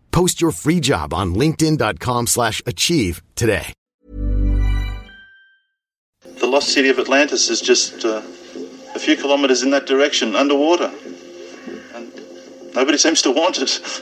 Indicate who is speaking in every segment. Speaker 1: Post your free job on linkedin.com/achieve slash achieve today.
Speaker 2: The lost city of Atlantis is just uh, a few kilometers in that direction, underwater. And nobody seems to want it.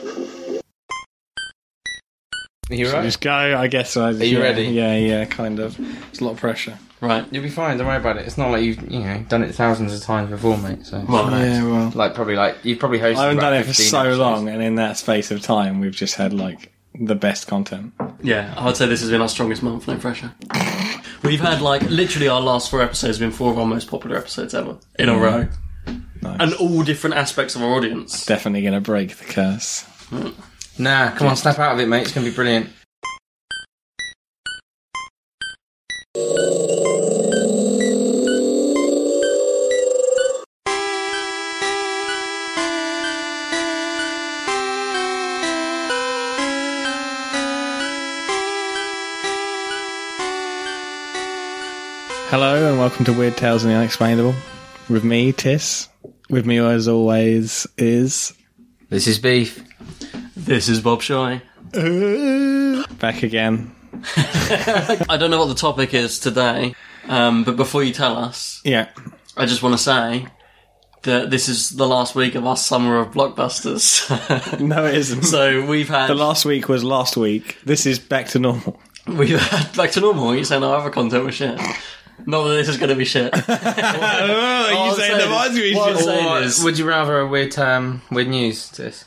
Speaker 3: Are you
Speaker 4: Should we
Speaker 3: right?
Speaker 4: Just go, I guess. I, yeah,
Speaker 3: you ready?
Speaker 4: Yeah, yeah, kind of. It's a lot of pressure.
Speaker 3: Right.
Speaker 5: You'll be fine. Don't worry about it. It's not like you've you know done it thousands of times before, mate. So
Speaker 3: Well,
Speaker 4: Yeah, well,
Speaker 5: like probably like you've probably hosted.
Speaker 4: I haven't
Speaker 5: about
Speaker 4: done it for
Speaker 5: 15
Speaker 4: so
Speaker 5: episodes.
Speaker 4: long, and in that space of time, we've just had like the best content.
Speaker 3: Yeah, I would say this has been our strongest month, no pressure. We've had like literally our last four episodes have been four of our most popular episodes ever in a row.
Speaker 4: Mm. Nice.
Speaker 3: And all different aspects of our audience.
Speaker 4: Definitely going to break the curse.
Speaker 5: Nah, come on, snap out of it, mate. It's gonna be brilliant.
Speaker 4: Hello, and welcome to Weird Tales and the Unexplainable. With me, Tis. With me, as always, is
Speaker 5: This is beef.
Speaker 3: This is Bob Shy.
Speaker 4: back again.
Speaker 3: I don't know what the topic is today, um, but before you tell us,
Speaker 4: Yeah,
Speaker 3: I just want to say that this is the last week of our summer of blockbusters.
Speaker 4: no, it isn't.
Speaker 3: so we've had
Speaker 4: the last week was last week. This is back to normal.
Speaker 3: we've had back to normal. You saying our other content was shit. Not that this is going to be shit.
Speaker 4: Oh,
Speaker 3: I'll say this. Well, I'll say
Speaker 5: Or
Speaker 3: this.
Speaker 5: would you rather a weird um, weird news? This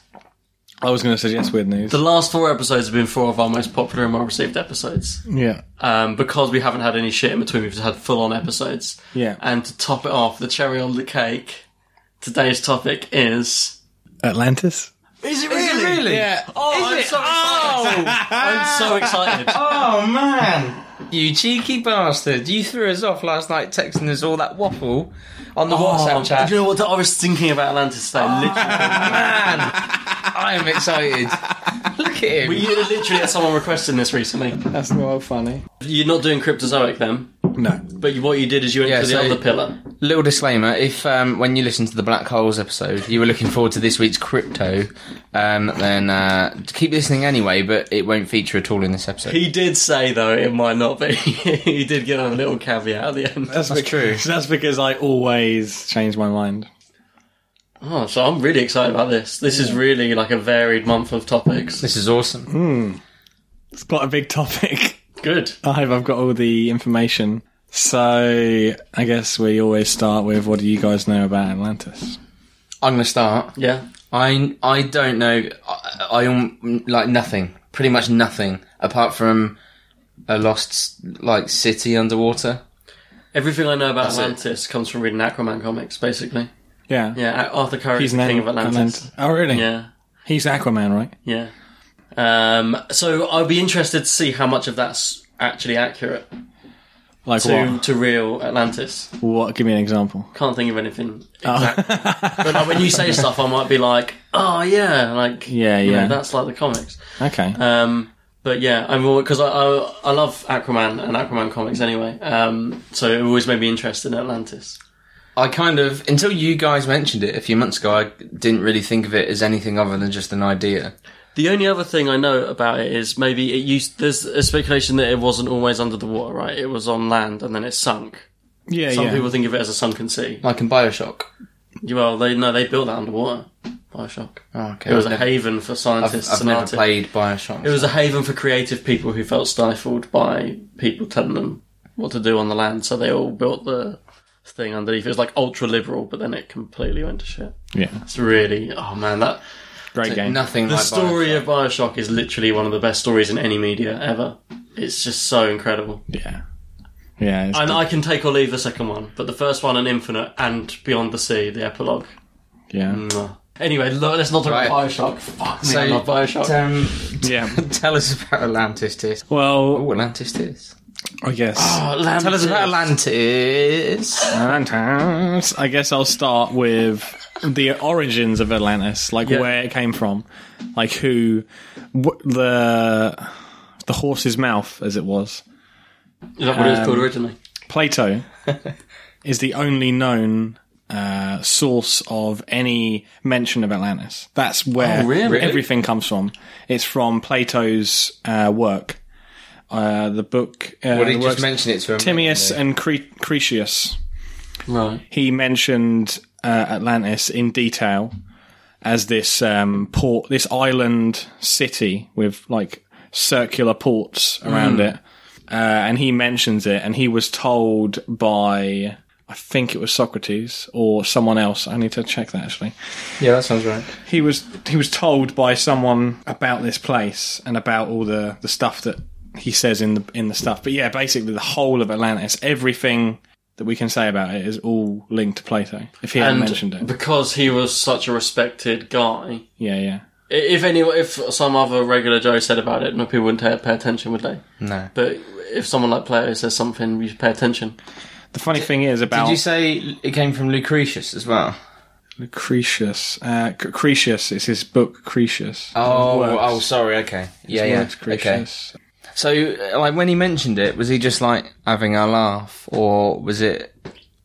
Speaker 4: I was going to suggest weird news.
Speaker 3: The last four episodes have been four of our most popular and well received episodes.
Speaker 4: yeah,
Speaker 3: Um, because we haven't had any shit in between, we've just had full on episodes.
Speaker 4: Yeah.
Speaker 3: And to top it off, the cherry on the cake, today's topic is.
Speaker 4: Atlantis.
Speaker 3: Is it
Speaker 5: really?
Speaker 4: Yeah.
Speaker 3: Oh, I'm so excited. I'm so excited.
Speaker 5: Oh man, you cheeky bastard! You threw us off last night, texting us all that waffle on the WhatsApp chat.
Speaker 3: You know what? I was thinking about Atlantis today. Literally,
Speaker 5: Man, I am excited. Look at him.
Speaker 3: we literally had someone requesting this recently.
Speaker 4: That's not funny.
Speaker 3: You're not doing cryptozoic then,
Speaker 4: No.
Speaker 3: but you, what you did is you went
Speaker 5: Yeah,
Speaker 3: for the
Speaker 5: so-
Speaker 3: other pillar.
Speaker 5: Little disclaimer: If um, when you listen to the black holes episode, you were looking forward to this week's crypto, um, then uh, keep listening anyway. But it won't feature at all in this episode.
Speaker 3: He did say though it might not be. he did give a little caveat at the end.
Speaker 4: That's, because, true. That's because I always change my mind.
Speaker 3: Oh, so I'm really excited about this. This is really like a varied month of topics.
Speaker 5: This is awesome.
Speaker 4: It's quite a big topic.
Speaker 3: Good.
Speaker 4: I hope I've got all the information. So I guess we always start with what do you guys know about Atlantis?
Speaker 5: I'm gonna start.
Speaker 3: Yeah.
Speaker 5: I I don't know. I, I um, like nothing. Pretty much nothing apart from a lost like city underwater.
Speaker 3: Everything I know about Atlantis comes from reading Aquaman comics, basically.
Speaker 4: Yeah.
Speaker 3: Yeah, A- Arthur Curry is the
Speaker 4: an
Speaker 3: king
Speaker 4: Atl-
Speaker 3: of Atlantis.
Speaker 4: Atlant- Oh really?
Speaker 3: Yeah,
Speaker 4: He's Aquaman, right?
Speaker 3: yeah. Um, so I'd be interested to see how much of that's actually accurate
Speaker 4: Like
Speaker 3: to,
Speaker 4: what?
Speaker 3: to real Atlantis.
Speaker 4: What? Give me an example.
Speaker 3: Can't think of anything
Speaker 4: Uh.
Speaker 3: exact. but like, when you say stuff, I might be like, oh, yeah, like,
Speaker 4: Yeah,
Speaker 3: you know,
Speaker 4: yeah.
Speaker 3: that's like the comics.
Speaker 4: Okay.
Speaker 3: Um, but yeah, I'm because I, I I love Aquaman and Aquaman comics anyway. Um, so it always made me interested in Atlantis.
Speaker 5: I kind of until you guys mentioned it a few months ago, I didn't really think of it as anything other than just an idea.
Speaker 3: The only other thing I know about it is maybe it used. There's a speculation that it wasn't always under the water, right? It was on land and then it sunk.
Speaker 4: yeah,
Speaker 3: Some
Speaker 4: yeah.
Speaker 3: people think of it as a sunken sea.
Speaker 5: Like in Bioshock.
Speaker 3: Well, they no, they built that underwater. Bioshock.
Speaker 5: Oh, okay.
Speaker 3: It was
Speaker 5: I've
Speaker 3: a
Speaker 5: never-
Speaker 3: haven for
Speaker 5: I've,
Speaker 3: scientists
Speaker 5: I've
Speaker 3: and
Speaker 5: never
Speaker 3: artists.
Speaker 5: played Bioshock.
Speaker 3: It was a haven for creative people who felt stifled by people telling them what to do on the land, so they all built the thing underneath. It was like ultra liberal, but then it completely went to shit.
Speaker 4: Yeah,
Speaker 3: It's really oh man, that
Speaker 4: great game.
Speaker 5: nothing
Speaker 3: the
Speaker 5: like
Speaker 3: story
Speaker 5: Bioshock.
Speaker 3: of Bioshock is literally one of the best stories in any media ever. It's just so incredible.
Speaker 4: Yeah, yeah. It's
Speaker 3: And I can take or leave the second one, but the first one and Infinite and Beyond the Sea, the epilogue.
Speaker 4: yeah,
Speaker 3: Mwah. Anyway, look, let's not talk
Speaker 5: Right.
Speaker 3: about Bioshock. Fuck me,
Speaker 5: So,
Speaker 3: I love Bioshock.
Speaker 5: Um,
Speaker 4: yeah.
Speaker 5: tell us about Atlantis, Tis.
Speaker 4: Well,
Speaker 5: Oh, Atlantis, Tis.
Speaker 4: I guess.
Speaker 3: Oh, Atlantis.
Speaker 5: Tell us about Atlantis.
Speaker 4: Atlantis. I guess I'll start with the origins of Atlantis, like
Speaker 3: Yeah.
Speaker 4: where it came from, like who, wh- the the horse's mouth, as it was.
Speaker 3: Is that what it was
Speaker 5: Um,
Speaker 3: called originally?
Speaker 4: Plato is the only known uh, source of any mention of Atlantis. That's where
Speaker 3: Oh, really?
Speaker 4: everything comes from. It's from Plato's uh, work, uh, the book. Uh,
Speaker 5: Well, he
Speaker 4: the
Speaker 5: just
Speaker 4: works-
Speaker 5: mentioned it to him.
Speaker 4: Timaeus
Speaker 5: didn't
Speaker 4: and Cre- Cretius.
Speaker 3: Right.
Speaker 4: He mentioned uh, Atlantis in detail as this um, port, this island city with like circular ports around it. Uh, and he mentions it, and he was told by, I think it was Socrates or someone else. I need to check that actually.
Speaker 5: he? Yeah, that sounds right.
Speaker 4: He was he was told by someone about this place and about all the, the stuff that he says in the in the stuff. But yeah, basically the whole of Atlantis, everything that we can say about it is all linked to Plato. If he hadn't
Speaker 3: and
Speaker 4: mentioned it,
Speaker 3: because he was such a respected guy.
Speaker 4: yeah, yeah.
Speaker 3: i- If any, if some other regular Joe said about it, no people wouldn't ta- pay attention, would they?
Speaker 5: No.
Speaker 3: But if someone like Plato says something, you should pay attention.
Speaker 4: The funny thing is about
Speaker 5: Did you say it came from Lucretius as well?
Speaker 4: Cretius. Uh, C- Cretius is his book, Cretius.
Speaker 5: Oh,
Speaker 4: Works.
Speaker 5: oh, sorry. Okay. Yeah,
Speaker 4: His
Speaker 5: yeah.
Speaker 4: works,
Speaker 5: Okay.
Speaker 4: Cretius.
Speaker 5: So, uh, like, when he mentioned it, was he just like having a laugh, or was it?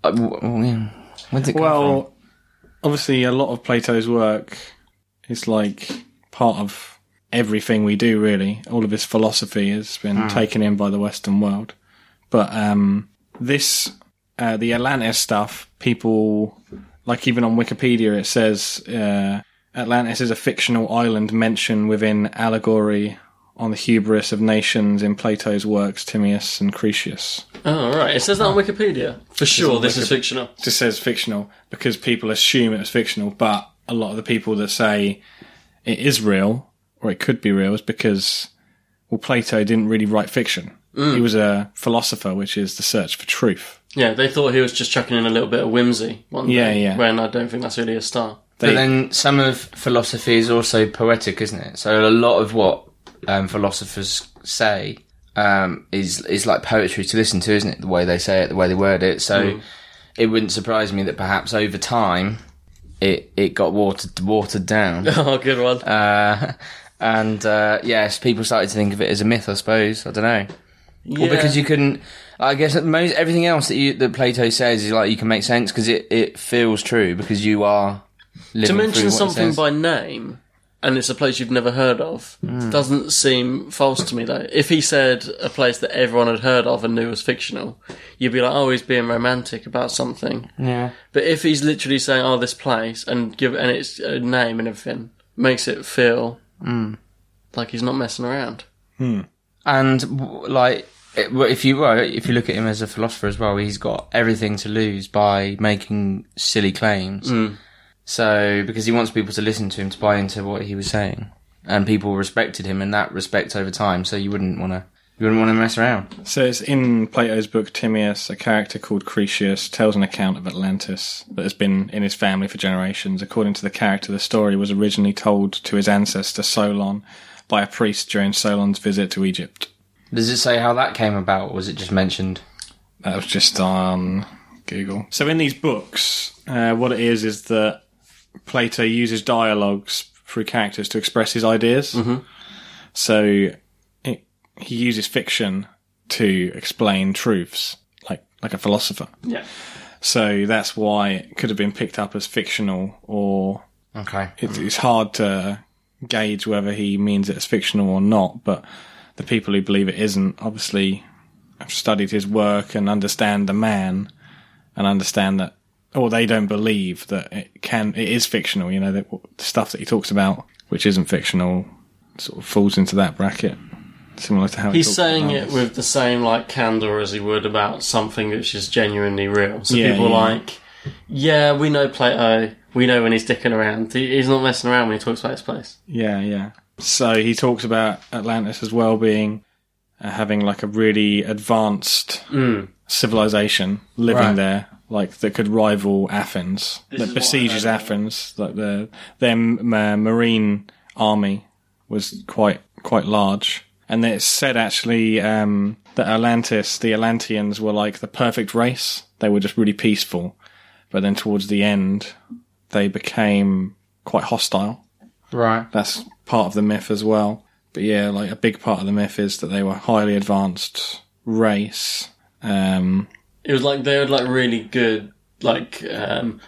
Speaker 5: Uh, w- w- where did it come from?
Speaker 4: Well, obviously, a lot of Plato's work is like part of everything we do. Really, all of his philosophy has been
Speaker 5: Hmm.
Speaker 4: taken in by the Western world. But um, this, uh, the Atlantis stuff, people like even on Wikipedia, it says uh, Atlantis is a fictional island mentioned within allegory on the hubris of nations in Plato's works Timaeus and Cretius.
Speaker 3: Oh, all right. It says that on Wikipedia. For sure, this is fictional.
Speaker 4: just says fictional because people assume it was fictional, but a lot of the people that say it is real or it could be real is because well Plato didn't really write fiction.
Speaker 5: Mm.
Speaker 4: He was a philosopher, which is the search for truth.
Speaker 3: Yeah, they thought he was just chucking in a little bit of whimsy one
Speaker 4: Yeah,
Speaker 3: day.
Speaker 4: yeah.
Speaker 3: When I don't think that's really a star.
Speaker 4: They-
Speaker 5: but then some of philosophy is also poetic, isn't it? So a lot of what um, philosophers say um, is is like poetry to listen to, isn't it? The way they say it, the way they word it. So it wouldn't surprise me that perhaps over time it it got watered watered down.
Speaker 3: Oh, good one.
Speaker 5: Uh, and uh, yes, people started to think of it as a myth. I suppose I don't know. Well, because you couldn't. I guess that most everything else that you that Plato says is like you can make sense because it, it feels true because you are
Speaker 3: to
Speaker 5: living through
Speaker 3: mention
Speaker 5: what it
Speaker 3: something
Speaker 5: says.
Speaker 3: by name and it's a place you've never heard of
Speaker 5: Mm.
Speaker 3: doesn't seem false to me though if he said a place that everyone had heard of and knew was fictional you'd be like oh he's being romantic about something
Speaker 5: yeah.
Speaker 3: but if he's literally saying oh this place and give and it's a name and everything makes it feel
Speaker 5: Mm.
Speaker 3: like he's not messing around
Speaker 5: And w- like it- well, if you well, if you look at him as a philosopher as well, he's got everything to lose by making silly claims.
Speaker 3: Mm.
Speaker 5: So because he wants people to listen to him to buy into what he was saying, and people respected him in that respect over time. So you wouldn't want to you wouldn't want to mess around.
Speaker 4: So it's in Plato's book Timaeus, a character called Cretius tells an account of Atlantis that has been in his family for generations. According to the character, the story was originally told to his ancestor Solon by a priest during Solon's visit to Egypt.
Speaker 5: Does it say how that came about, or was it just mentioned?
Speaker 4: That was just on Google. So in these books, uh, what it is is that Plato uses dialogues through characters to express his ideas. So it, he uses fiction to explain truths, like like a philosopher.
Speaker 3: yeah
Speaker 4: So that's why it could have been picked up as fictional, or
Speaker 5: Okay.
Speaker 4: it's, it's hard to gauge whether he means it as fictional or not. But the people who believe it isn't obviously have studied his work and understand the man and understand that or they don't believe that it can it is fictional. You know that w- the stuff that he talks about, which isn't fictional, sort of falls into that bracket, similar to how he
Speaker 3: He's
Speaker 4: talks
Speaker 3: saying
Speaker 4: about
Speaker 3: it
Speaker 4: others.
Speaker 3: with the same like candor as he would about something which is genuinely real. So
Speaker 4: Yeah,
Speaker 3: people are
Speaker 4: yeah.
Speaker 3: like, yeah, we know Plato. We know when he's dicking around. He- He's not messing around when he talks about his place.
Speaker 4: Yeah, yeah. So he talks about Atlantis as well being uh, having like a really advanced civilization living
Speaker 5: Right.
Speaker 4: there, like that could rival Athens, that besieges Athens. Like the their m- uh, marine army was quite quite large, and it's said actually um, that Atlantis, the Atlanteans, were like the perfect race. They were just really peaceful, but then towards the end, they became quite hostile
Speaker 5: Right.
Speaker 4: that's part of the myth as well. But yeah, like a big part of the myth is that they were highly advanced race, um,
Speaker 3: It was like they had like really good like um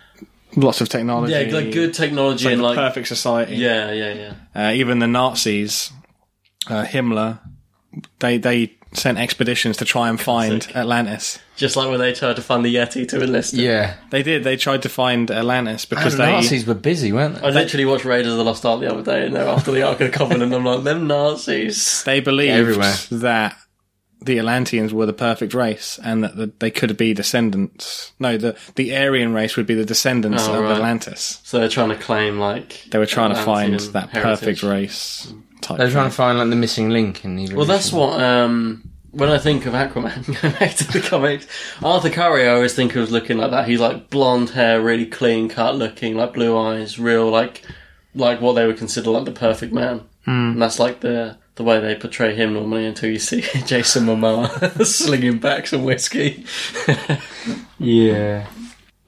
Speaker 4: lots of technology,
Speaker 3: yeah like good technology
Speaker 4: like
Speaker 3: and
Speaker 4: the
Speaker 3: like
Speaker 4: perfect society.
Speaker 3: yeah yeah yeah
Speaker 4: Uh, even the Nazis, uh, Himmler, they they sent expeditions to try and find Atlantis.
Speaker 3: just like when they tried to find the Yeti to enlist. Him.
Speaker 5: Yeah.
Speaker 4: They did. They tried to find Atlantis because
Speaker 5: the
Speaker 4: they
Speaker 5: Nazis were busy, weren't
Speaker 3: I
Speaker 5: they?
Speaker 3: literally watched Raiders of the Lost Ark the other day, and they're after the Ark of the Covenant. and I'm like, them Nazis.
Speaker 4: they believed
Speaker 5: Everywhere.
Speaker 4: that the Atlanteans were the perfect race and that the, they could be descendants. No, the the Aryan race would be the descendants
Speaker 3: Oh,
Speaker 4: of
Speaker 3: right.
Speaker 4: Atlantis.
Speaker 3: So they're trying to claim like
Speaker 4: They were trying to
Speaker 3: Atlantean
Speaker 4: find that
Speaker 3: heritage.
Speaker 4: perfect race type.
Speaker 5: They're trying
Speaker 4: thing.
Speaker 5: to find like the missing link in the.
Speaker 3: Well,
Speaker 5: evolution.
Speaker 3: that's what um when I think of Aquaman, going back to the comics, Arthur Curry, I always think of looking like that. He's like blonde hair, really clean cut looking, like blue eyes, real like like what they would consider like the perfect man. Mm. And that's like the the way they portray him normally until you see Jason Momoa slinging back some whiskey.
Speaker 5: Yeah.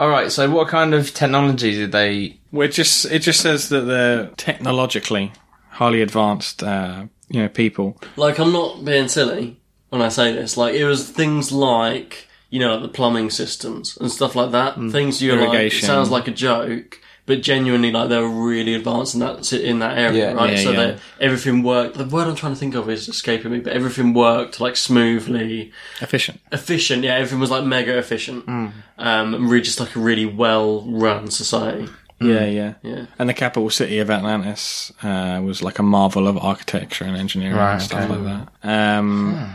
Speaker 5: All right. So, what kind of technology did they?
Speaker 4: Well, it just it just says that they're technologically highly advanced, uh, you know, people.
Speaker 3: like I'm not being silly when I say this. Like it was things like you know like the plumbing systems and stuff like that.
Speaker 5: Mm.
Speaker 3: Things you like it
Speaker 4: Irrigation.
Speaker 3: sounds like a joke, but genuinely like they were really advanced in that in that area,
Speaker 5: Yeah,
Speaker 3: right?
Speaker 4: yeah,
Speaker 3: so
Speaker 4: yeah.
Speaker 3: that everything worked. The word I'm trying to think of is escaping me, but everything worked like smoothly
Speaker 4: Efficient.
Speaker 3: efficient. Yeah, everything was like mega efficient.
Speaker 5: Mm.
Speaker 3: Um, and really just like a really well run society.
Speaker 4: Yeah,
Speaker 5: Hmm.
Speaker 4: yeah,
Speaker 3: Yeah.
Speaker 4: And the capital city of Atlantis uh, was like a marvel of architecture and engineering
Speaker 5: Right,
Speaker 4: and stuff
Speaker 5: okay. Hmm.
Speaker 4: like that. Um,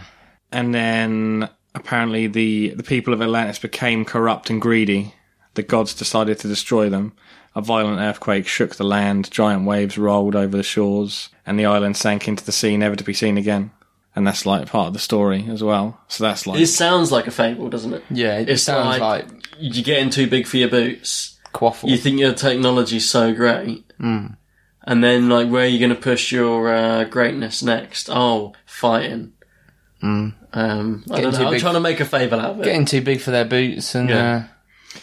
Speaker 4: And then apparently the the people of Atlantis became corrupt and greedy. The gods decided to destroy them. A violent earthquake shook the land. Giant waves rolled over the shores, and the island sank into the sea, never to be seen again. And that's like part of the story as well. So that's like
Speaker 3: It sounds like a fable, doesn't it?
Speaker 5: Yeah, it
Speaker 3: It's
Speaker 5: sounds
Speaker 3: like-
Speaker 5: like,
Speaker 3: You're getting too big for your boots.
Speaker 5: quaffle.
Speaker 3: You think your technology's so great, and then like where are you going to push your uh, greatness next? Oh, fighting. Um, I
Speaker 5: Getting too
Speaker 3: don't know. I'm
Speaker 5: big-
Speaker 3: trying to make a fable out of it.
Speaker 5: Getting too big for their boots, and
Speaker 3: Yeah.
Speaker 5: uh,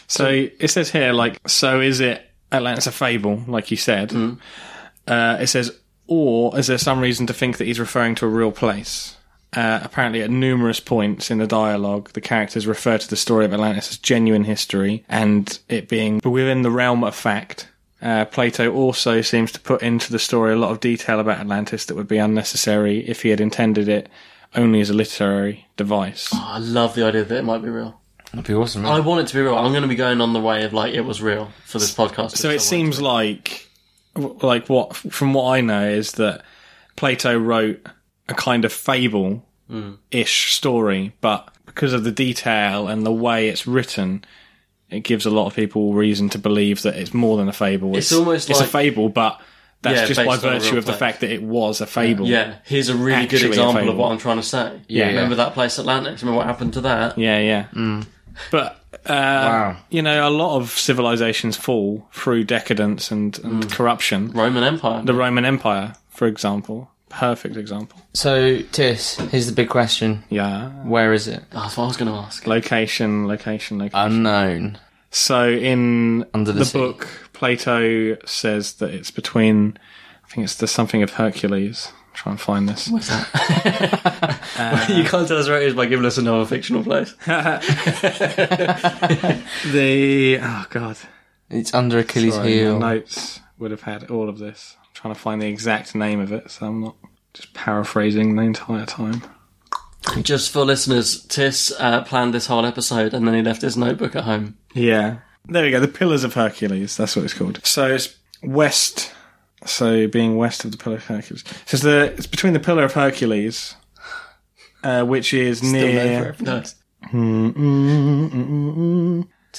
Speaker 4: So it says here, like, so is it Atlantis a fable, like you said? Uh, it says, or is there some reason to think that he's referring to a real place? Uh, apparently, at numerous points in the dialogue, the characters refer to the story of Atlantis as genuine history and it being within the realm of fact. Uh, Plato also seems to put into the story a lot of detail about Atlantis that would be unnecessary if he had intended it only as a literary device.
Speaker 3: I love the idea that it might be real.
Speaker 5: that'd be awesome.
Speaker 3: I
Speaker 5: wouldn't
Speaker 3: want it to be real. I'm going to be going on the way of like it was real for this podcast.
Speaker 4: So it seems like, w- like what from what I know is that Plato wrote a kind of fable ish story, but because of the detail and the way it's written, it gives a lot of people reason to believe that it's more than a fable.
Speaker 3: It's almost
Speaker 4: it's a
Speaker 3: like-
Speaker 4: fable, but that's
Speaker 3: Yeah,
Speaker 4: just by
Speaker 3: based on a
Speaker 4: virtue
Speaker 3: real
Speaker 4: of the
Speaker 3: place.
Speaker 4: fact that it was a fable.
Speaker 3: Yeah, here's a really good
Speaker 4: Actually a
Speaker 3: example of
Speaker 4: fable.
Speaker 3: what I'm trying to say.
Speaker 5: Yeah,
Speaker 3: remember
Speaker 5: yeah.
Speaker 3: that place Atlantis? Remember what happened to that?
Speaker 4: yeah, yeah. But uh,
Speaker 5: Wow.
Speaker 4: you know, a lot of civilizations fall through decadence and, and
Speaker 3: Mm.
Speaker 4: corruption.
Speaker 3: Roman Empire.
Speaker 4: The Roman Empire, for example, perfect example.
Speaker 5: So, Tis, here's the big question:
Speaker 4: Yeah.
Speaker 5: Where is it?
Speaker 3: Oh, that's what I was going to ask.
Speaker 4: Location, location, location.
Speaker 5: Unknown.
Speaker 4: so in
Speaker 5: Under the
Speaker 4: the
Speaker 5: sea.
Speaker 4: book, Plato says that it's between. I think it's the something of Hercules. Try and find this.
Speaker 3: you can't tell us where it is by giving us another fictional place.
Speaker 4: The oh god,
Speaker 5: It's under Achilles'
Speaker 4: Sorry,
Speaker 5: heel.
Speaker 4: my notes would have had all of this. I'm trying to find the exact name of it, so I'm not just paraphrasing the entire time.
Speaker 3: Just for listeners, Tis uh, planned this whole episode and then he left his notebook at home.
Speaker 4: Yeah. There we go. The Pillars of Hercules. That's what it's called. So it's west. So being west of the Pillar of Hercules. So it's, the, it's between the Pillar of Hercules, uh, which is near
Speaker 5: No. It's in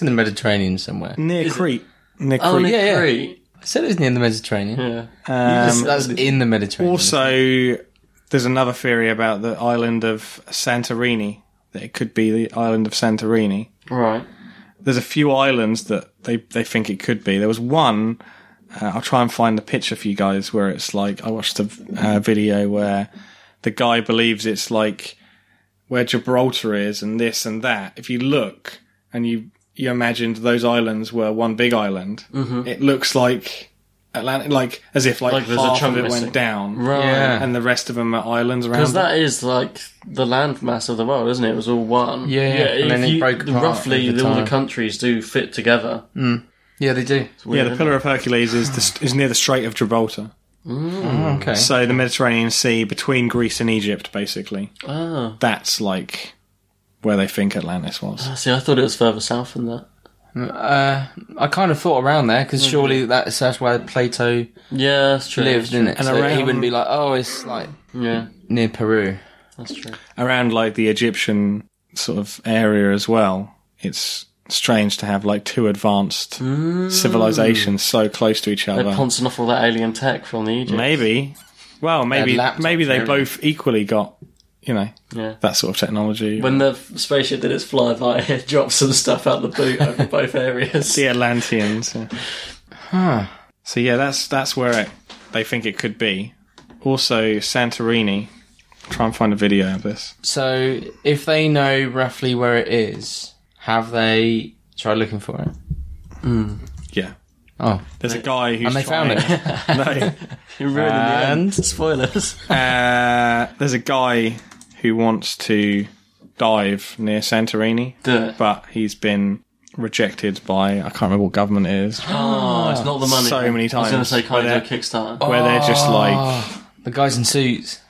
Speaker 5: the Mediterranean somewhere.
Speaker 4: near Crete. Near
Speaker 3: Oh,
Speaker 4: Crete.
Speaker 3: Nick
Speaker 5: yeah.
Speaker 3: Crete.
Speaker 5: I said it was near the Mediterranean.
Speaker 3: Yeah.
Speaker 4: Um,
Speaker 5: That's- that's in the Mediterranean.
Speaker 4: Also, there's another theory about the island of Santorini. That it could be the island of Santorini.
Speaker 3: Right.
Speaker 4: there's a few islands that they, they think it could be. There was one. Uh, I'll try and find the picture for you guys where it's like I watched a uh, video where the guy believes it's like where Gibraltar is and this and that. If you look and you you imagined those islands were one big island, it looks like Atlantic, like as if like,
Speaker 3: Mm-hmm. Like there's a
Speaker 4: half
Speaker 3: chunk
Speaker 4: of it
Speaker 3: missing.
Speaker 4: went down,
Speaker 3: Right.
Speaker 5: Yeah.
Speaker 4: and the rest of them are islands around.
Speaker 3: Because
Speaker 4: it.
Speaker 3: that is like the landmass of the world, isn't it? It was all one.
Speaker 5: Yeah, yeah. And
Speaker 3: if
Speaker 5: then it
Speaker 3: you-
Speaker 5: broke apart
Speaker 3: roughly
Speaker 5: over
Speaker 3: all the
Speaker 5: time.
Speaker 3: countries do fit together.
Speaker 5: yeah, they do.
Speaker 3: It's weird,
Speaker 4: yeah, the
Speaker 3: isn't it?
Speaker 4: Pillar of Hercules is the, is near the Strait of Gibraltar.
Speaker 5: Oh, okay.
Speaker 4: So the Mediterranean Sea between Greece and Egypt, basically.
Speaker 3: Oh.
Speaker 4: That's like where they think Atlantis was.
Speaker 3: See, I thought it was further south than that.
Speaker 5: uh, I kind of thought around there because surely that's, that's where Plato
Speaker 3: Yeah, that's true.
Speaker 5: lived, isn't it?
Speaker 4: And
Speaker 5: so he
Speaker 4: around-
Speaker 5: wouldn't be like, oh, it's like
Speaker 3: Yeah,
Speaker 5: near Peru.
Speaker 3: that's true.
Speaker 5: Oh,
Speaker 4: Around like the Egyptian sort of area as well. It's strange to have like two advanced civilizations so close to each
Speaker 3: Mm. They're
Speaker 4: other.
Speaker 3: pouncing off all that alien tech from the Egypt.
Speaker 4: maybe. Well, maybe
Speaker 5: laptops,
Speaker 4: maybe they
Speaker 5: yeah.
Speaker 4: both equally got, you know,
Speaker 3: Yeah.
Speaker 4: that sort of technology.
Speaker 3: When the f- spaceship did its flyby, it dropped some stuff out the boot over both areas.
Speaker 4: the Atlanteans. yeah. So yeah, that's that's where it, they think it could be. Also Santorini. Try and find a video of this.
Speaker 5: So if they know roughly where it is, have they tried looking for it?
Speaker 4: Yeah.
Speaker 5: Oh,
Speaker 4: There's a guy who's
Speaker 5: and they found
Speaker 4: trying-
Speaker 5: it.
Speaker 3: You ruined the
Speaker 5: And-
Speaker 3: end. spoilers.
Speaker 4: no. Uh, there's a guy who wants to dive near Santorini,
Speaker 3: Do it.
Speaker 4: but he's been rejected by I can't remember what government it is.
Speaker 3: Oh, it's not the money.
Speaker 4: So many
Speaker 3: I was going to
Speaker 4: times. Oh,
Speaker 3: say kind
Speaker 4: Where
Speaker 3: of
Speaker 4: they're-
Speaker 3: Kickstarter.
Speaker 4: Where they're just like
Speaker 5: The guys in suits.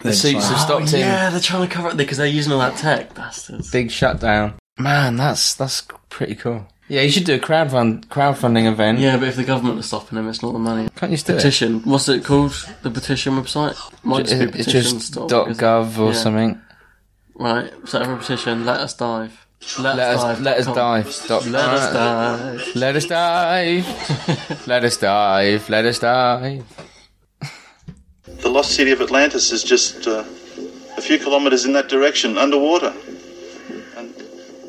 Speaker 5: The suits have stopped him.
Speaker 3: Oh, yeah, they're trying to cover it because they're using all that tech, bastards.
Speaker 5: Big shutdown. Man, that's that's pretty cool. Yeah, you should do a crowdfund crowdfunding event.
Speaker 3: yeah, but if the government is stopping them, it's not the money.
Speaker 5: Can't you just do it?
Speaker 3: Petition. What's it called? The petition website? Might just be
Speaker 5: It- It's uh, just
Speaker 3: petition.gov
Speaker 5: dot .gov or something.
Speaker 3: Right, set up a petition. Let us dive. Let,
Speaker 5: Let us let us
Speaker 3: Come on.
Speaker 5: dive. Dot-
Speaker 3: Let us dive.
Speaker 5: Let us dive. let us dive. Let us dive.
Speaker 6: The lost city of Atlantis is just uh, a few kilometers in that direction, underwater. And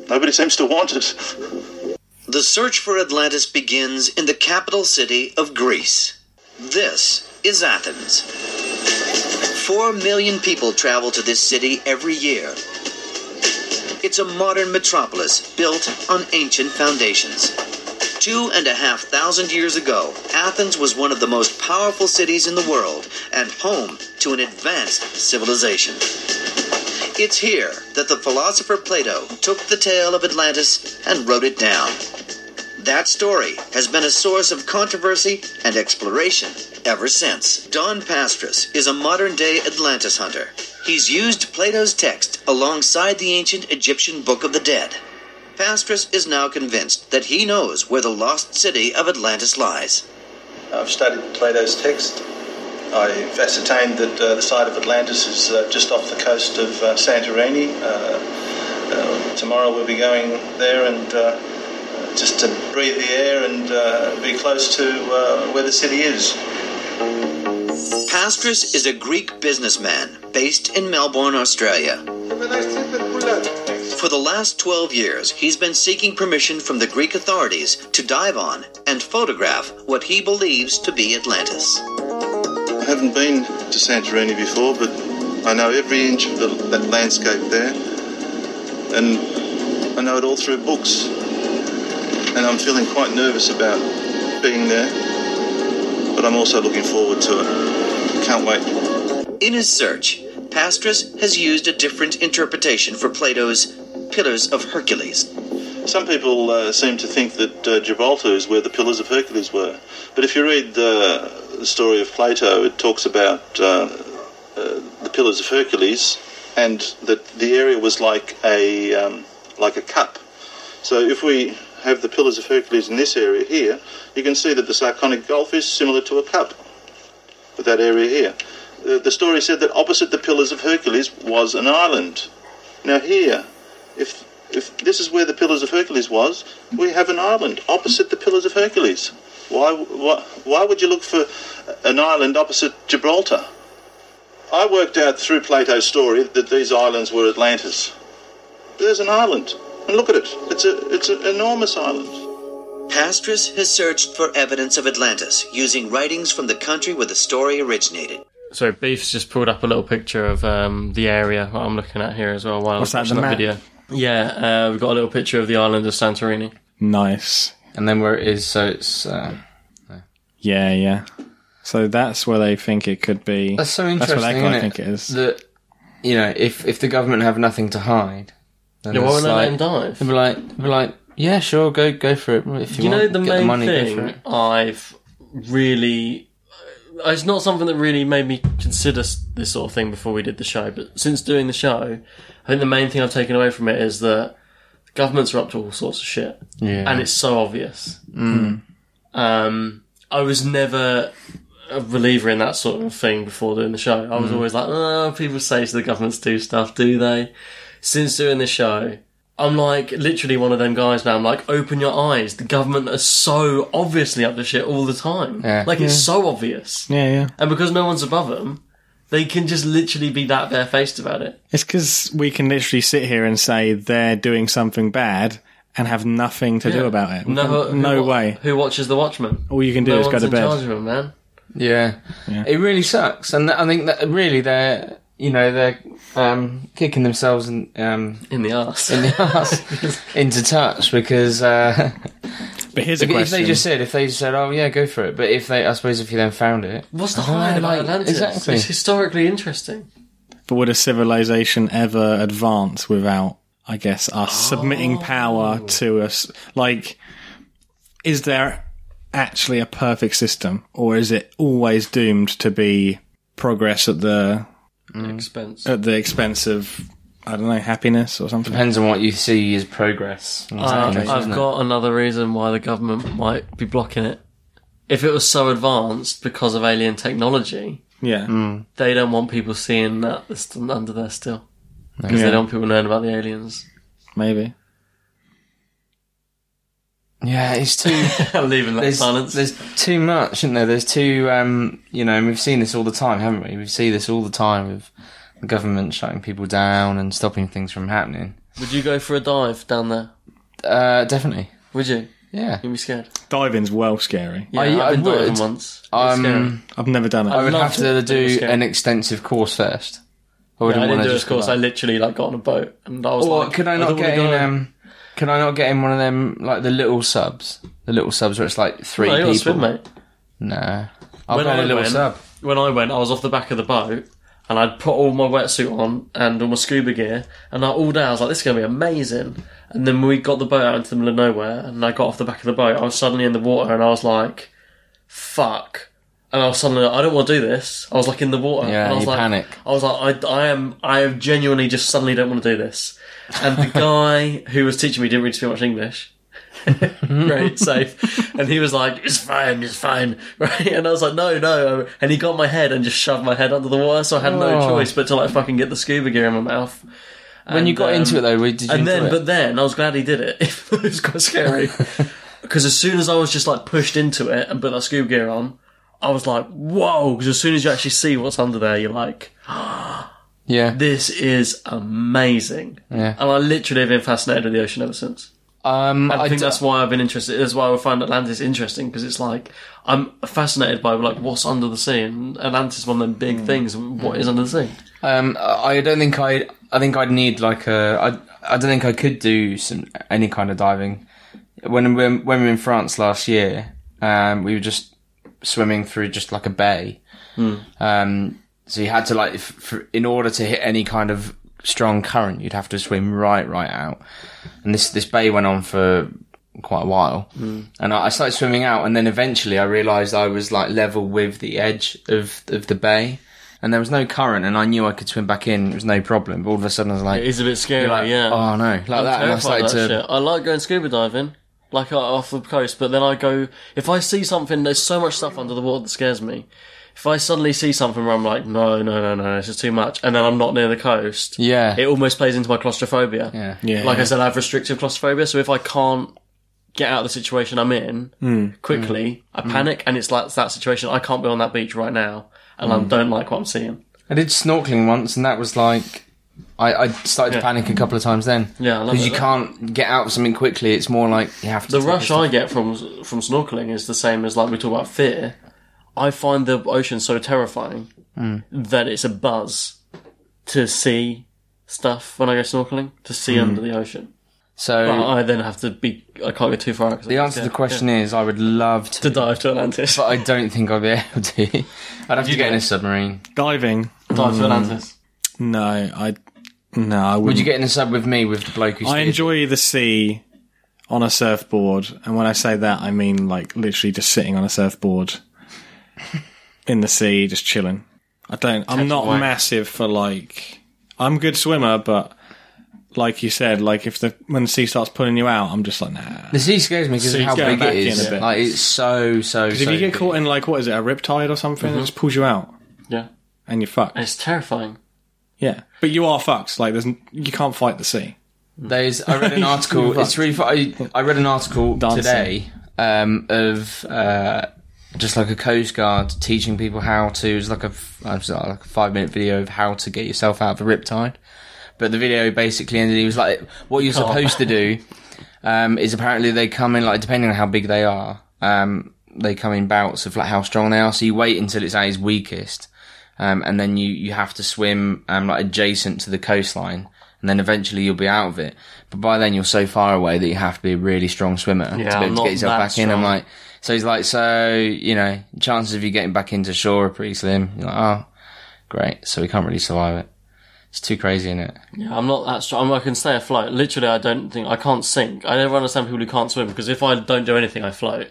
Speaker 6: nobody seems to want it.
Speaker 7: The search for Atlantis begins in the capital city of Greece. This is Athens. Four million people travel to this city every year. It's a modern metropolis built on ancient foundations. Two and a half thousand years ago, Athens was one of the most powerful cities in the world and home to an advanced civilization. It's here that the philosopher Plato took the tale of Atlantis and wrote it down. That story has been a source of controversy and exploration ever since. Don Pastris is a modern day Atlantis hunter. He's used Plato's text alongside the ancient Egyptian Book of the Dead. Pastris is now convinced that he knows where the lost city of Atlantis lies.
Speaker 6: I've studied Plato's text. I've ascertained that uh, the site of Atlantis is uh, just off the coast of uh, Santorini. Uh, uh, tomorrow we'll be going there and uh, uh, just to breathe the air and uh, be close to uh, where the city is.
Speaker 7: Pastris is a Greek businessman based in Melbourne, Australia. For the last 12 years, he's been seeking permission from the Greek authorities to dive on and photograph what he believes to be Atlantis.
Speaker 6: I haven't been to Santorini before, but I know every inch of the, that landscape there, and I know it all through books. And I'm feeling quite nervous about being there, but I'm also looking forward to it. Can't wait.
Speaker 7: In his search, Pastris has used a different interpretation for Plato's Pillars of Hercules.
Speaker 6: Some people uh, seem to think that uh, Gibraltar is where the Pillars of Hercules were, but if you read the, the story of Plato, it talks about uh, uh, the Pillars of Hercules, and that the area was like a um, like a cup. So if we
Speaker 2: have the Pillars of Hercules in this area here, you can see that the Sarconic Gulf is similar to a cup with that area here. The, the story said that opposite the Pillars of Hercules was an island. Now here, if if this is where the Pillars of Hercules was, we have an island opposite the Pillars of Hercules. Why why, why would you look for an island opposite Gibraltar? I worked out through Plato's story that these islands were Atlantis. There's an island, and look at it. It's a it's an enormous island.
Speaker 8: Pastris has searched for evidence of Atlantis using writings from the country where the story originated.
Speaker 3: Sorry, Beef's just pulled up a little picture of um, the area that I'm looking at here as well while
Speaker 4: What's
Speaker 3: I
Speaker 4: that,
Speaker 3: was
Speaker 4: the
Speaker 3: watching that,
Speaker 4: map?
Speaker 3: video. Yeah, uh, we've got a little picture of the island of Santorini.
Speaker 4: Nice.
Speaker 5: and then where it is, so it's. Uh,
Speaker 4: Yeah, yeah. So that's where they think it could be.
Speaker 5: that's so interesting.
Speaker 4: That's what they
Speaker 5: isn't
Speaker 4: kind
Speaker 5: it?
Speaker 4: of think it is.
Speaker 5: That you know, if if the government have nothing to hide, then
Speaker 3: Yeah, why
Speaker 5: it's
Speaker 3: wouldn't they let
Speaker 5: like-
Speaker 3: him dive?
Speaker 5: They'd be like, they'd be like, yeah, sure, go go for it. If you,
Speaker 3: you know
Speaker 5: want,
Speaker 3: the
Speaker 5: get
Speaker 3: main
Speaker 5: the money, go for
Speaker 3: thing
Speaker 5: it.
Speaker 3: I've really it's not something that really made me consider s- this sort of thing before we did the show but since doing the show I think the main thing I've taken away from it is that governments are up to all sorts of shit
Speaker 5: Yeah.
Speaker 3: and it's so obvious
Speaker 4: Mm.
Speaker 3: um, I was never a believer in that sort of thing before doing the show I was
Speaker 4: Mm.
Speaker 3: always like oh people say so the governments do stuff do they since doing the show I'm like literally one of them guys now. I'm like, open your eyes. The government are so obviously up to shit all the time.
Speaker 5: Yeah.
Speaker 3: Like it's so obvious,
Speaker 4: yeah, yeah.
Speaker 3: and because no one's above them, they can just literally be that barefaced about it.
Speaker 4: It's because we can literally sit here and say they're doing something bad and have nothing to do about it. We
Speaker 3: No,
Speaker 4: can-
Speaker 3: who
Speaker 4: no
Speaker 3: wa-
Speaker 4: way.
Speaker 3: Who watches the Watchmen?
Speaker 4: All you can do
Speaker 3: no
Speaker 4: is go
Speaker 3: one's
Speaker 4: to
Speaker 3: in
Speaker 4: bed.
Speaker 3: charge of 'em, man.
Speaker 5: Yeah. it really sucks, and I think that really they're you know they're um, kicking themselves in, um,
Speaker 3: In the ass.
Speaker 5: in the ass into touch because uh,
Speaker 4: But here's a
Speaker 5: if,
Speaker 4: question.
Speaker 5: they just said if they said oh yeah go for it, but if they I suppose if you then found it,
Speaker 3: What's the
Speaker 5: Oh,
Speaker 3: hide about
Speaker 5: like,
Speaker 3: Atlantis?
Speaker 5: exactly.
Speaker 3: It's historically interesting.
Speaker 4: but would a civilization ever advance without, I guess, us submitting power
Speaker 5: Oh.
Speaker 4: to us? Like, is there actually a perfect system, or is it always doomed to be progress at the
Speaker 3: Mm.
Speaker 5: Uh,
Speaker 3: Expense.
Speaker 4: at the expense of I don't know happiness or something?
Speaker 5: depends on what you see as progress.
Speaker 3: Uh,
Speaker 5: Exactly,
Speaker 3: I've
Speaker 5: isn't it?
Speaker 3: got another reason why the government might be blocking it. If it was so advanced because of alien technology,
Speaker 4: Yeah,
Speaker 3: they don't want people seeing that that's still under there still. Because
Speaker 4: Yeah.
Speaker 3: they don't want people knowing about the aliens.
Speaker 4: maybe.
Speaker 5: yeah, it's too.
Speaker 3: I'm leaving that
Speaker 5: there's,
Speaker 3: silence.
Speaker 5: There's too much, isn't there? There's too, um, you know, and we've seen this all the time, haven't we? We see this all the time with the government shutting people down and stopping things from happening.
Speaker 3: Would you go for a dive down there?
Speaker 5: Uh, definitely.
Speaker 3: Would you?
Speaker 5: Yeah.
Speaker 3: You'd be scared.
Speaker 4: Diving's well scary.
Speaker 3: Yeah,
Speaker 5: I-
Speaker 3: I,
Speaker 5: I
Speaker 3: have been diving
Speaker 5: would.
Speaker 3: once. It's scary.
Speaker 5: Um,
Speaker 4: I've never done it.
Speaker 5: I would
Speaker 3: I'd
Speaker 5: have
Speaker 3: love
Speaker 5: to
Speaker 3: to- it was
Speaker 5: do
Speaker 3: scary.
Speaker 5: an extensive course first. I
Speaker 3: Yeah,
Speaker 5: wouldn't
Speaker 3: I
Speaker 5: want
Speaker 3: didn't
Speaker 5: to
Speaker 3: do it,
Speaker 5: just
Speaker 3: of course.
Speaker 5: go
Speaker 3: I
Speaker 5: back.
Speaker 3: literally like got on a boat and I was
Speaker 5: Or
Speaker 3: like,
Speaker 5: can I not
Speaker 3: don't wanna
Speaker 5: get
Speaker 3: go
Speaker 5: in?
Speaker 3: there.
Speaker 5: Um, can I not get in one of them like the little subs? The little subs where it's like three
Speaker 3: No, Oh, you
Speaker 5: people.
Speaker 3: gotta swim, mate.
Speaker 5: No, I've
Speaker 3: When
Speaker 5: got a
Speaker 3: I
Speaker 5: little
Speaker 3: went-
Speaker 5: sub.
Speaker 3: When I went, I was off the back of the boat and I'd put all my wetsuit on and all my scuba gear and I, all day I was like, this is going to be amazing. And then we got the boat out into the middle of nowhere and I got off the back of the boat. I was suddenly in the water and I was like, fuck. And I was suddenly like, I don't want to do this. I was like in the water.
Speaker 5: Yeah,
Speaker 3: and I was
Speaker 5: you
Speaker 3: like,
Speaker 5: panic.
Speaker 3: I was like, I, I am, I am genuinely just suddenly don't want to do this. And the guy who was teaching me didn't really speak much English. Great, safe. And he was like, it's fine, it's fine. Right? And I was like, no, no. And he got my head and just shoved my head under the water, so I had no
Speaker 5: Oh.
Speaker 3: choice but to like fucking get the scuba gear in my mouth.
Speaker 5: When you
Speaker 3: And,
Speaker 5: got into
Speaker 3: um,
Speaker 5: it though, did you?
Speaker 3: and
Speaker 5: enjoy
Speaker 3: then,
Speaker 5: it?
Speaker 3: but then I was glad he did it. it was quite scary because as soon as I was just like pushed into it and put that scuba gear on, I was like, "Whoa!" Because as soon as you actually see what's under there, you're like,
Speaker 5: yeah,
Speaker 3: "This is amazing."
Speaker 5: Yeah.
Speaker 3: And I literally have been fascinated with the ocean ever since.
Speaker 5: um,
Speaker 3: And I, think
Speaker 5: d-
Speaker 3: that's why I've been interested. That's why I find Atlantis interesting because it's like I'm fascinated by like what's under the sea, and Atlantis is one of them big
Speaker 5: Hmm.
Speaker 3: things. and What is under the sea?
Speaker 5: Um, I I don't think I. I think I'd need like a. I. I don't think I could do some any kind of diving. When when when we were in France last year, um, we were just swimming through just like a bay.
Speaker 3: Hmm.
Speaker 5: Um, so you had to like, if, for, in order to hit any kind of strong current, you'd have to swim right, right out. And this this bay went on for quite a while.
Speaker 3: Hmm.
Speaker 5: And I, I started swimming out, and then eventually I realised I was like level with the edge of of the bay, and there was no current, and I knew I could swim back in. It was no problem. But all of a sudden I was like,
Speaker 3: It is a bit scary,
Speaker 5: like,
Speaker 3: yeah.
Speaker 5: Oh no, like
Speaker 3: I'm
Speaker 5: that. And I
Speaker 3: terrified of
Speaker 5: started
Speaker 3: that
Speaker 5: to.
Speaker 3: shit. I like going scuba diving. like uh, off the coast. But then I go if I see something. There's so much stuff under the water that scares me. If I suddenly see something where I'm like, no, no, no, no, this is too much, and then I'm not near the coast,
Speaker 5: Yeah.
Speaker 3: it almost plays into my claustrophobia.
Speaker 5: Yeah.
Speaker 4: Yeah.
Speaker 3: Like I said, I have restrictive claustrophobia, so if I can't get out of the situation I'm in
Speaker 5: Hmm.
Speaker 3: quickly, I panic, and it's like that situation. I can't be on that beach right now, and
Speaker 5: Hmm.
Speaker 3: I don't like what I'm seeing.
Speaker 5: I did snorkeling once, and that was like. I, I started to
Speaker 3: Yeah.
Speaker 5: panic a couple of times then.
Speaker 3: Yeah, I love
Speaker 5: because you
Speaker 3: it.
Speaker 5: can't get out of something quickly. It's more like you have to.
Speaker 3: The
Speaker 5: take
Speaker 3: rush
Speaker 5: your
Speaker 3: I get from from snorkeling is the same as like we talk about fear. I find the ocean so terrifying
Speaker 5: Hmm.
Speaker 3: that it's a buzz to see stuff when I go snorkeling to see
Speaker 5: Hmm.
Speaker 3: under the ocean.
Speaker 5: So
Speaker 3: But I then have to be. I can't get too far. out 'cause
Speaker 5: the
Speaker 3: I-
Speaker 5: answer to
Speaker 3: yeah,
Speaker 5: the question is, I would love to,
Speaker 3: yeah. to dive to Atlantis.
Speaker 5: but I don't think I'll be able to. I'd have to get in a submarine.
Speaker 4: Diving?
Speaker 3: dive to
Speaker 5: hmm.
Speaker 3: Atlantis.
Speaker 4: No, I no. I
Speaker 5: Would
Speaker 4: wouldn't.
Speaker 5: you get in a sub with me with the bloke who's?
Speaker 4: I enjoy the sea on a surfboard, and when I say that, I mean like literally just sitting on a surfboard in the sea, just chilling. I don't. I'm not
Speaker 3: away.
Speaker 4: massive for like. I'm a good swimmer, but like you said, like if the when the sea starts pulling you out, I'm just like nah.
Speaker 5: The sea scares me because
Speaker 4: So
Speaker 5: of
Speaker 4: you
Speaker 5: how
Speaker 4: go
Speaker 5: big
Speaker 4: back
Speaker 5: it
Speaker 4: in
Speaker 5: is.
Speaker 4: a bit.
Speaker 5: Like it's so so.
Speaker 4: Because if
Speaker 5: so
Speaker 4: you get
Speaker 5: big.
Speaker 4: caught in like what is it, a riptide or something,
Speaker 5: Mm-hmm.
Speaker 4: it just pulls you out
Speaker 3: Yeah,
Speaker 4: and you're fucked.
Speaker 3: And it's terrifying.
Speaker 4: Yeah, but you are fucked. Like there's n- you can't fight the sea.
Speaker 5: There's Hmm. I read an article. it's really. fu- I I read an article
Speaker 4: Dancing.
Speaker 5: today um, of uh, just like a coast guard teaching people how to. It's like a f- I was like a five minute video of how to get yourself out of a riptide. But the video basically ended. He was like, "What you're supposed to do um, is apparently they come in like depending on how big they are. Um, they come in bouts of like how strong they are. So you wait until it's at its weakest." um, and then you you have to swim um, like adjacent to the coastline, and then eventually you'll be out of it. But by then you're so far away that you have to be a really strong swimmer
Speaker 3: Yeah,
Speaker 5: to be able
Speaker 3: I'm
Speaker 5: to
Speaker 3: not
Speaker 5: get yourself
Speaker 3: that
Speaker 5: back in. I'm
Speaker 3: strong.
Speaker 5: like, so he's like, so you know, chances of you getting back into shore are pretty slim. You're like, oh, great, so we can't really survive it. It's too crazy, isn't it?
Speaker 3: Yeah, I'm not that strong. I can stay afloat. Literally, I don't think I can't sink. I never understand people who can't swim because if I don't do anything, I float.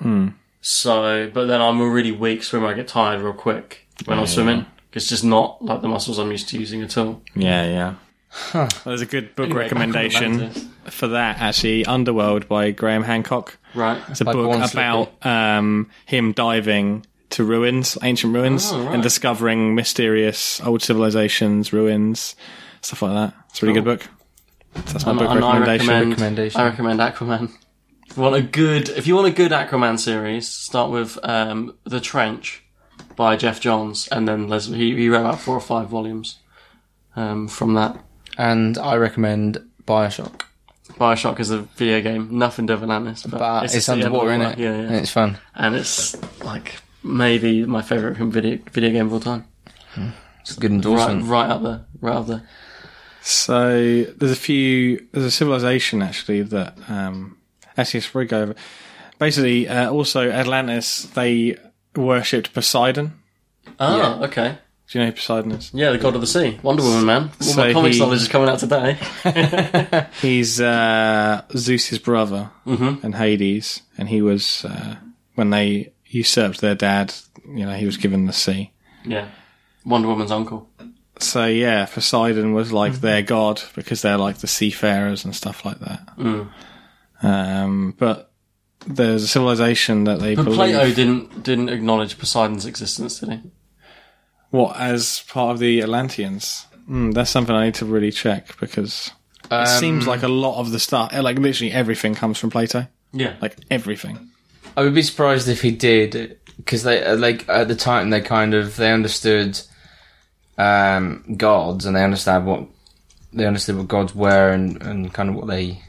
Speaker 4: Hmm.
Speaker 3: So, but then I'm a really weak swimmer. I get tired real quick when I'm swimming. It's just not like the muscles I'm used to using at all.
Speaker 4: Yeah, yeah. There's a good book
Speaker 3: Anyway, back on
Speaker 4: recommendation
Speaker 3: Atlantis.
Speaker 4: for that actually, Underworld by Graham Hancock.
Speaker 3: Right.
Speaker 4: It's a
Speaker 5: By Born
Speaker 4: book about um, him diving to ruins, ancient ruins,
Speaker 3: Oh, right.
Speaker 4: and discovering mysterious old civilizations, ruins, stuff like that. It's a really good book. So that's my
Speaker 3: And,
Speaker 4: book
Speaker 3: and I
Speaker 4: recommendation.
Speaker 3: recommend.
Speaker 5: recommendation.
Speaker 3: I recommend Aquaman. If you want a good, if you want a good Aquaman series, start with um, The Trench by Jeff Johns, and then there's, he, he wrote about four or five volumes um, from that.
Speaker 5: And I recommend Bioshock,
Speaker 3: Bioshock is a video game, nothing to do with Atlantis, but,
Speaker 5: but it's,
Speaker 3: just the
Speaker 5: underwater,
Speaker 3: end
Speaker 5: isn't
Speaker 3: of
Speaker 5: it?
Speaker 3: the world.
Speaker 5: and
Speaker 3: Yeah, yeah.
Speaker 5: it's fun.
Speaker 3: And it's like maybe my favourite video video game of all time.
Speaker 5: It's a good
Speaker 3: Right,
Speaker 5: endorsement.
Speaker 3: right up there, right up there.
Speaker 4: So there's a few. There's a civilization actually that um, actually it's we go over. Basically, uh, also Atlantis they worshipped Poseidon.
Speaker 3: Oh, okay.
Speaker 4: Do you know who Poseidon is?
Speaker 3: Yeah, the God of the Sea, Wonder Woman, man. All
Speaker 4: So
Speaker 3: my comics
Speaker 4: he-
Speaker 3: knowledge is coming out today.
Speaker 4: He's uh, Zeus's brother
Speaker 3: Mm-hmm.
Speaker 4: and Hades, and he was uh, when they usurped their dad. You know, he was given the sea.
Speaker 3: yeah, Wonder Woman's uncle.
Speaker 4: So yeah, Poseidon was
Speaker 3: Mm-hmm.
Speaker 4: like their god because they're like the seafarers and stuff like that.
Speaker 3: Mm.
Speaker 4: Um, but there's a civilization that they
Speaker 3: But
Speaker 4: believe.
Speaker 3: Plato didn't didn't acknowledge Poseidon's existence, did he?
Speaker 4: What as part of the Atlanteans? Mm, that's something I need to really check because it
Speaker 3: Um,
Speaker 4: seems like a lot of the stuff, like literally everything, comes from Plato.
Speaker 3: Yeah,
Speaker 4: Like everything.
Speaker 5: I would be surprised if he did, because they uh, like at the time they kind of they understood um, gods and they understand what they understood what gods were and, and kind of what they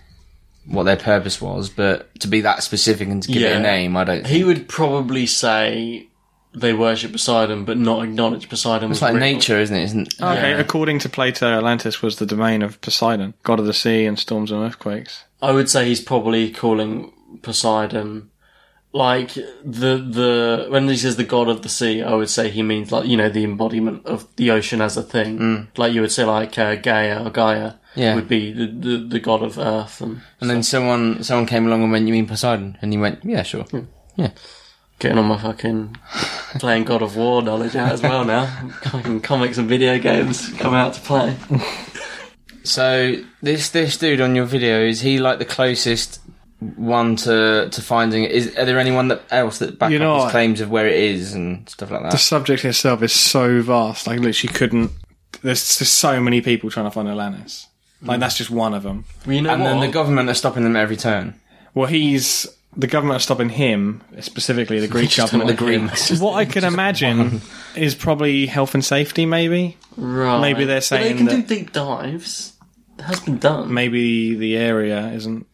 Speaker 5: what their purpose was. But to be that specific and to give it
Speaker 3: Yeah.
Speaker 5: a name, I don't. Think.
Speaker 3: he would probably say they worship Poseidon, but not acknowledge Poseidon.
Speaker 5: It's like
Speaker 3: real.
Speaker 5: nature, isn't it? Isn't
Speaker 4: Okay, according to Plato, Atlantis was the domain of Poseidon, god of the sea and storms and earthquakes.
Speaker 3: I would say he's probably calling Poseidon like the the when he says the god of the sea. I would say he means like you know the embodiment of the ocean as a thing. Like you would say like uh, Gaia or Gaia
Speaker 5: Yeah.
Speaker 3: would be the, the the god of earth and
Speaker 5: and then someone someone came along and went, "You mean Poseidon?" And he went, "Yeah, sure."
Speaker 3: getting on my fucking playing God of War knowledge out as well now. Fucking comics and video games come out to play.
Speaker 5: So this this dude on your video is he like the closest one to to finding it? Is are there anyone that else that back
Speaker 4: You know
Speaker 5: up his
Speaker 4: what?
Speaker 5: claims of where it is and stuff like
Speaker 4: The
Speaker 5: that?
Speaker 4: subject itself is so vast. I literally couldn't. There's just so many people trying to find Alanis. Like that's just one of them.
Speaker 3: Well, you know
Speaker 5: And
Speaker 3: what?
Speaker 5: then the government are stopping them at every turn.
Speaker 4: Well, he's the government are stopping him specifically. The Greek government.
Speaker 5: The Greens.
Speaker 4: what I can imagine is probably health and safety. Maybe
Speaker 3: right.
Speaker 4: maybe they're
Speaker 3: But
Speaker 4: saying
Speaker 3: they can
Speaker 4: that-
Speaker 3: do deep dives. It has been done.
Speaker 4: maybe the area isn't.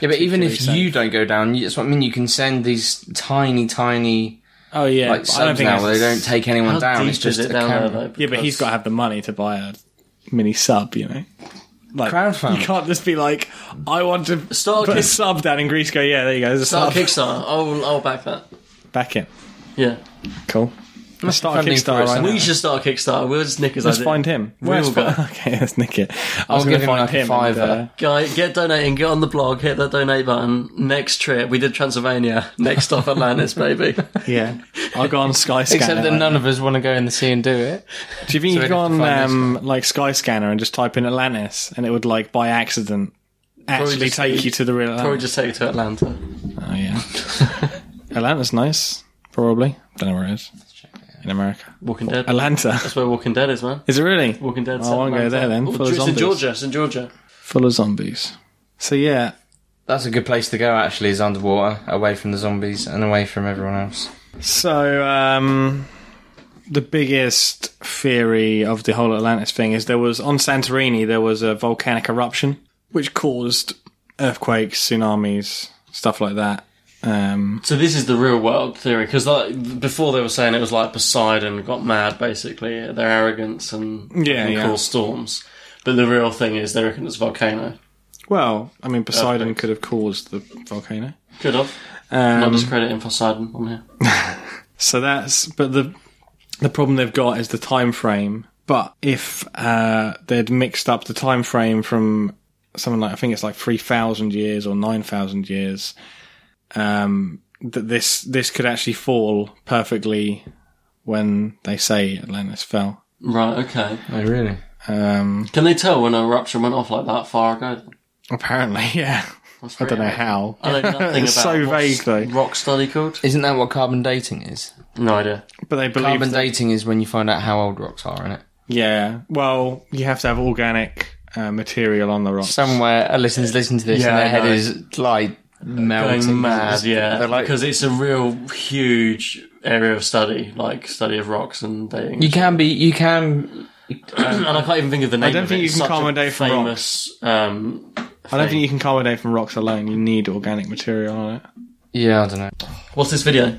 Speaker 5: Yeah, but even if
Speaker 4: particularly
Speaker 5: you don't go down, you- that's what I mean. You can send these tiny, tiny
Speaker 4: Oh yeah,
Speaker 5: like
Speaker 4: but I don't
Speaker 5: subs
Speaker 4: think
Speaker 5: now. where
Speaker 4: that's-
Speaker 5: They don't take anyone
Speaker 3: How
Speaker 5: down.
Speaker 3: deep
Speaker 5: It's just
Speaker 3: is it
Speaker 5: a
Speaker 3: down
Speaker 5: camera.
Speaker 3: there, though?
Speaker 4: Yeah, but he's
Speaker 3: Because-
Speaker 4: got to have the money to buy a mini sub, you know. Like
Speaker 5: Crowdfund.
Speaker 4: You can't just be like, I want to
Speaker 3: Start a
Speaker 4: put a
Speaker 3: kick-
Speaker 4: sub down in Greece. Go, yeah, there you go. There's a
Speaker 3: Start a
Speaker 4: sub.
Speaker 3: Kickstarter. I'll, I'll back that.
Speaker 4: Back in.
Speaker 3: Yeah.
Speaker 4: Cool. Let's start a
Speaker 5: funding for
Speaker 4: Kickstarter
Speaker 5: it
Speaker 4: right
Speaker 5: somewhere.
Speaker 3: We
Speaker 4: now.
Speaker 3: should start a Kickstarter. We'll just nick his
Speaker 4: Let's
Speaker 3: idea.
Speaker 4: find him.
Speaker 3: We
Speaker 4: Where's
Speaker 3: will go.
Speaker 4: fi- Okay, let's nick it. I
Speaker 5: I'll
Speaker 4: was going
Speaker 5: give
Speaker 4: to
Speaker 5: him,
Speaker 4: find
Speaker 5: like, a
Speaker 4: him. and,
Speaker 5: fiver.
Speaker 4: uh,
Speaker 3: Guy, get donating, get on the blog, hit that donate button. Next trip, we did Transylvania. Next stop, Atlantis, baby.
Speaker 4: yeah, I'll go on Sky Scanner.
Speaker 5: Except that
Speaker 4: like
Speaker 5: none of us want to go in the sea and do it.
Speaker 4: Do you
Speaker 5: So
Speaker 4: think you
Speaker 5: we'd
Speaker 4: go
Speaker 5: have to
Speaker 4: on
Speaker 5: find this
Speaker 4: um, like Sky Scanner and just type in Atlantis, and it would like by accident actually
Speaker 3: just
Speaker 4: take
Speaker 3: say-
Speaker 4: you to the real?
Speaker 3: Probably
Speaker 4: Atlantis?
Speaker 3: just take you to Atlanta.
Speaker 4: Oh yeah, Atlantis, nice. Probably don't know where it is in America.
Speaker 3: Walking Dead.
Speaker 4: Atlanta.
Speaker 3: That's where Walking Dead is, man.
Speaker 4: Is it really?
Speaker 3: Walking Dead.
Speaker 4: Oh, I won't go there then. Full of
Speaker 3: it's in
Speaker 4: zombies.
Speaker 3: Georgia. It's in Georgia.
Speaker 4: Full of zombies. So yeah,
Speaker 5: That's a good place to go. Actually, is underwater, away from the zombies and away from everyone else.
Speaker 4: so um, the biggest theory of the whole Atlantis thing is there was on Santorini there was a volcanic eruption which caused earthquakes, tsunamis, stuff like that. Um,
Speaker 3: So this is the real world theory because like, before they were saying it was like Poseidon got mad basically at their arrogance and,
Speaker 4: Yeah,
Speaker 3: and
Speaker 4: yeah.
Speaker 3: caused storms. But the real thing is they reckon it's a volcano.
Speaker 4: well, I mean Poseidon
Speaker 3: Earthquakes.
Speaker 4: could have caused the volcano.
Speaker 3: Could have. Not
Speaker 4: Um,
Speaker 3: discrediting Poseidon on here.
Speaker 4: So that's but the the problem they've got is the time frame. But if uh, they'd mixed up the time frame from something like I think it's like three thousand years or nine thousand years, um, that this this could actually fall perfectly when they say Atlantis fell.
Speaker 3: Right. Okay.
Speaker 5: Oh, really?
Speaker 4: Um,
Speaker 3: Can they tell when a eruption went off like that far ago?
Speaker 4: apparently, yeah.
Speaker 3: That's
Speaker 4: I don't know
Speaker 3: pretty-
Speaker 4: how.
Speaker 3: I know nothing
Speaker 4: It's
Speaker 3: about
Speaker 4: so vague
Speaker 3: what's
Speaker 4: though.
Speaker 3: Rock study called?
Speaker 5: Isn't that what carbon dating is?
Speaker 3: No idea.
Speaker 4: But they believe
Speaker 5: Carbon
Speaker 4: that-
Speaker 5: dating is when you find out how old rocks are, isn't it?
Speaker 4: Yeah. Well, you have to have organic uh, material on the rock.
Speaker 5: Somewhere a listener's listening to this
Speaker 3: Yeah,
Speaker 5: and their
Speaker 3: I
Speaker 5: head
Speaker 3: know.
Speaker 5: is like melting.
Speaker 3: Going mad, yeah,
Speaker 5: They're like-
Speaker 3: because it's a real huge area of study, like study of rocks and dating.
Speaker 5: You can be. You can.
Speaker 3: and I can't even think of the name.
Speaker 4: don't
Speaker 3: of
Speaker 4: think
Speaker 3: it.
Speaker 4: you
Speaker 3: It's
Speaker 4: can
Speaker 3: such a
Speaker 4: accommodate from
Speaker 3: famous, Um,
Speaker 4: I don't think you can carbonate from rocks alone. You need organic material on it.
Speaker 5: Yeah, I don't know.
Speaker 3: what's this video?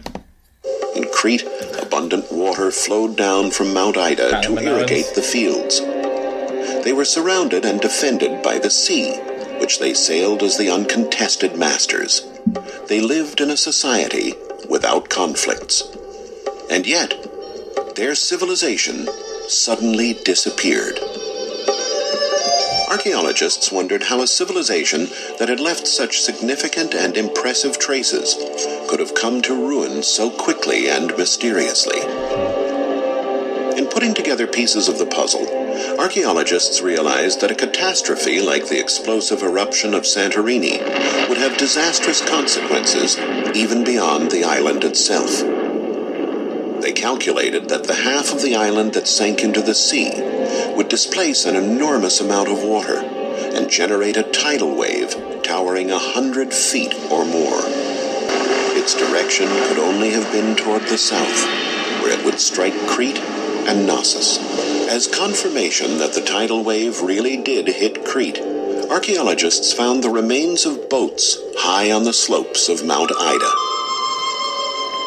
Speaker 6: In Crete, abundant water flowed down from Mount Ida to irrigate the fields. They were surrounded and defended by the sea, which they sailed as the uncontested masters. They lived in a society without conflicts. And yet, their civilization suddenly disappeared. Archaeologists wondered how a civilization that had left such significant and impressive traces could have come to ruin so quickly and mysteriously. In putting together pieces of the puzzle, archaeologists realized that a catastrophe like the explosive eruption of Santorini would have disastrous consequences even beyond the island itself. They calculated that the half of the island that sank into the sea would displace an enormous amount of water and generate a tidal wave towering a hundred feet or more. Its direction could only have been toward the south, where it would strike Crete and Knossos. As confirmation that the tidal wave really did hit Crete, archaeologists found the remains of boats high on the slopes of Mount Ida.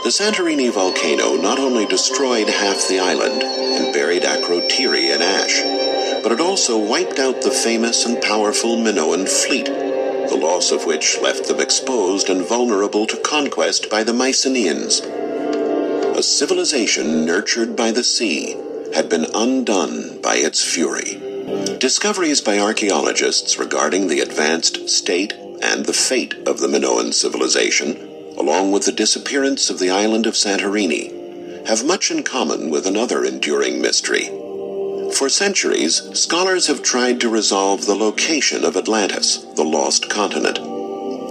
Speaker 6: The Santorini volcano not only destroyed half the island and buried Akrotiri in ash, but it also wiped out the famous and powerful Minoan fleet, the loss of which left them exposed and vulnerable to conquest by the Mycenaeans. A civilization nurtured by the sea had been undone by its fury. Discoveries by archaeologists regarding the advanced state and the fate of the Minoan civilization, along with the disappearance of the island of Santorini, have much in common with another enduring mystery. For centuries, scholars have tried to resolve the location of Atlantis, the lost continent.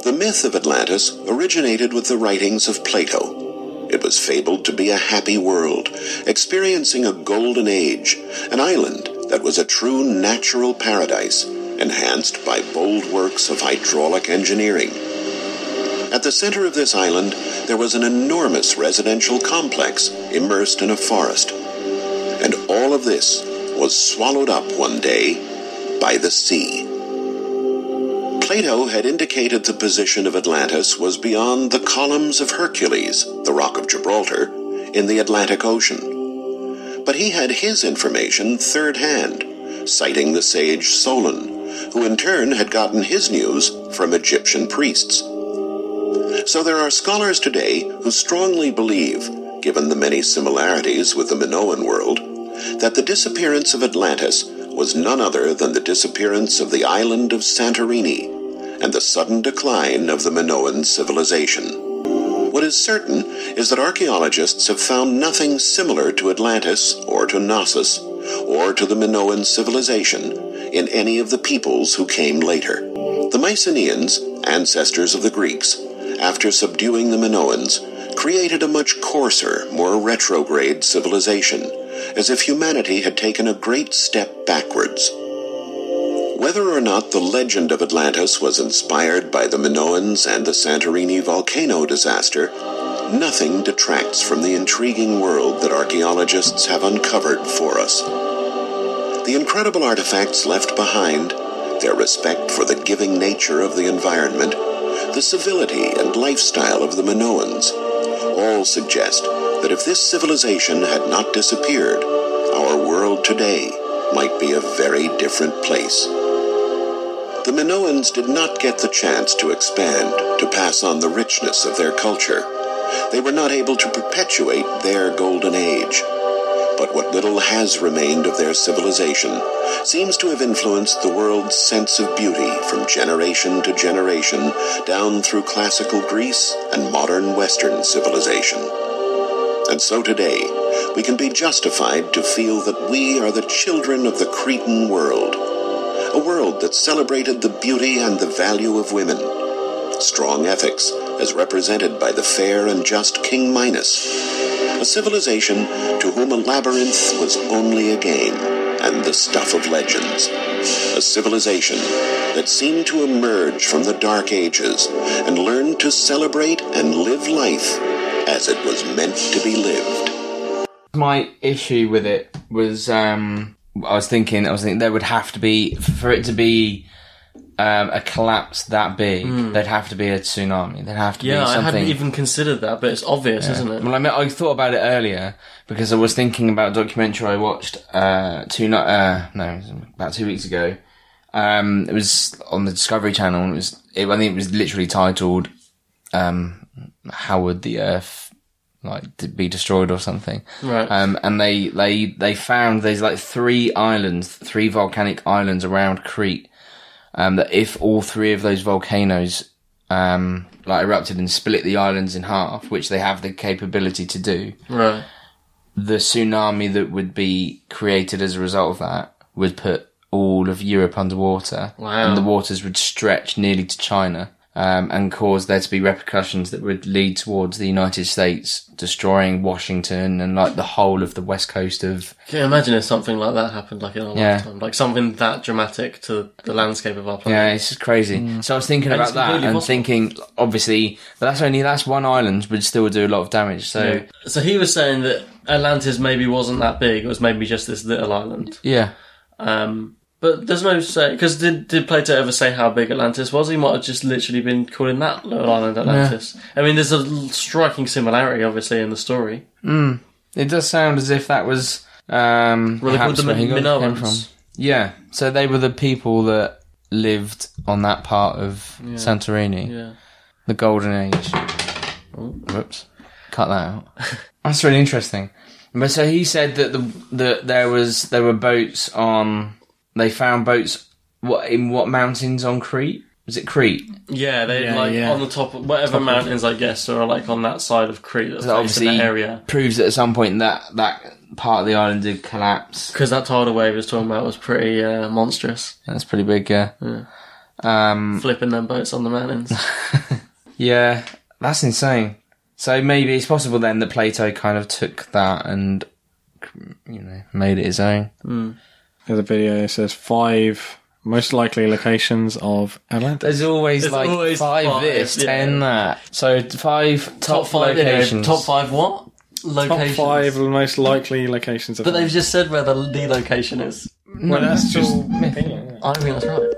Speaker 6: The myth of Atlantis originated with the writings of Plato. It was fabled to be a happy world, experiencing a golden age, an island that was a true natural paradise, enhanced by bold works of hydraulic engineering. At the center of this island, there was an enormous residential complex immersed in a forest. And all of this was swallowed up one day by the sea. Plato had indicated the position of Atlantis was beyond the columns of Hercules, the Rock of Gibraltar, in the Atlantic Ocean. But he had his information third hand, citing the sage Solon, who in turn had gotten his news from Egyptian priests. So there are scholars today who strongly believe, given the many similarities with the Minoan world, that the disappearance of Atlantis was none other than the disappearance of the island of Santorini and the sudden decline of the Minoan civilization. What is certain is that archaeologists have found nothing similar to Atlantis or to Knossos or to the Minoan civilization in any of the peoples who came later. The Mycenaeans, ancestors of the Greeks, after subduing the Minoans, created a much coarser, more retrograde civilization, as if humanity had taken a great step backwards. Whether or not the legend of Atlantis was inspired by the Minoans and the Santorini volcano disaster, nothing detracts from the intriguing world that archaeologists have uncovered for us. The incredible artifacts left behind, their respect for the giving nature of the environment, the civility and lifestyle of the Minoans, all suggest that if this civilization had not disappeared, our world today might be a very different place. The Minoans did not get the chance to expand, to pass on the richness of their culture. They were not able to perpetuate their golden age. But what little has remained of their civilization seems to have influenced the world's sense of beauty from generation to generation down through classical Greece and modern Western civilization. And so today, we can be justified to feel that we are the children of the Cretan world, a world that celebrated the beauty and the value of women, strong ethics as represented by the fair and just King Minos a civilization to whom a labyrinth was only a game and the stuff of legends. A civilization that seemed to emerge from the Dark Ages and learn to celebrate and live life as it was meant to be lived.
Speaker 5: My issue with it was, um, I was thinking, I was thinking there would have to be for it to be um, a collapse that big. There'd have to be a tsunami. There'd have to
Speaker 3: Hmm. Yeah,
Speaker 5: be
Speaker 3: I
Speaker 5: something.
Speaker 3: hadn't even considered that, but it's obvious, isn't it?
Speaker 5: Well, I, mean, I thought about it earlier because I was thinking about a documentary I watched uh, two no, uh, no it was about two weeks ago. Um, it was on the Discovery Channel. And it was it, I think it was literally titled um, "How Would the Earth Like d- Be Destroyed" or something.
Speaker 3: Right.
Speaker 5: Um, and they they they found there's like three islands, three volcanic islands around Crete. Um, that if all three of those volcanoes um, like erupted and split the islands in half, which they have the capability to do.
Speaker 3: Right.
Speaker 5: The tsunami that would be created as a result of that would put all of Europe underwater,
Speaker 3: Wow.
Speaker 5: and the waters would stretch nearly to China, um, and cause there to be repercussions that would lead towards the United States destroying Washington and like the whole of the west coast of
Speaker 3: Can you imagine if something like that happened, like in our
Speaker 5: Yeah.
Speaker 3: lifetime, like something that dramatic to the landscape of our
Speaker 5: Yeah,
Speaker 3: planet?
Speaker 5: it's just crazy. So I was thinking
Speaker 3: Hmm. And
Speaker 5: about
Speaker 3: it's
Speaker 5: that
Speaker 3: completely
Speaker 5: and
Speaker 3: possible.
Speaker 5: thinking, obviously, but that's only that's one island would still do a lot of damage. So yeah,
Speaker 3: So he was saying that Atlantis maybe wasn't that big; it was maybe just this little island. Um, but there's no say because did did Plato ever say how big Atlantis was? He might have just literally been calling that little island Atlantis. I mean, there's a l- striking similarity, obviously, in the story.
Speaker 5: it does sound as if that was um,
Speaker 3: Well, they called
Speaker 5: perhaps
Speaker 3: them
Speaker 5: where he got- came
Speaker 3: Minoans.
Speaker 5: from. Yeah, so they were the people that lived on that part of Santorini,
Speaker 3: Yeah.
Speaker 5: the Golden Age. Whoops, cut that out. that's really interesting. But so he said that the that there was there were boats on. They found boats what in what mountains on Crete? Was it Crete?
Speaker 3: Yeah, they
Speaker 4: Yeah,
Speaker 3: like
Speaker 4: yeah.
Speaker 3: on the top of whatever mountains, I guess, or like on that side of Crete that's
Speaker 5: That
Speaker 3: based in
Speaker 5: obviously
Speaker 3: that area.
Speaker 5: proves that at some point that that part of the island did collapse.
Speaker 3: Because that tidal wave he was talking about was pretty uh, monstrous.
Speaker 5: That's pretty big, yeah. Um,
Speaker 3: flipping them boats on the mountains.
Speaker 5: yeah, that's insane. So maybe it's possible then that Plato kind of took that and, you know, made it his own.
Speaker 4: There's a video that says five most likely locations of Atlantis.
Speaker 5: There's always
Speaker 3: There's
Speaker 5: like
Speaker 3: always
Speaker 5: five,
Speaker 3: five,
Speaker 5: this,
Speaker 3: yeah.
Speaker 5: ten that. So five top,
Speaker 3: top five
Speaker 5: locations.
Speaker 3: locations. Top five what?
Speaker 4: Top
Speaker 3: Locations.
Speaker 4: five most likely locations of
Speaker 3: But they've just said where the, the location is.
Speaker 4: Well, that's just
Speaker 3: I don't think that's right.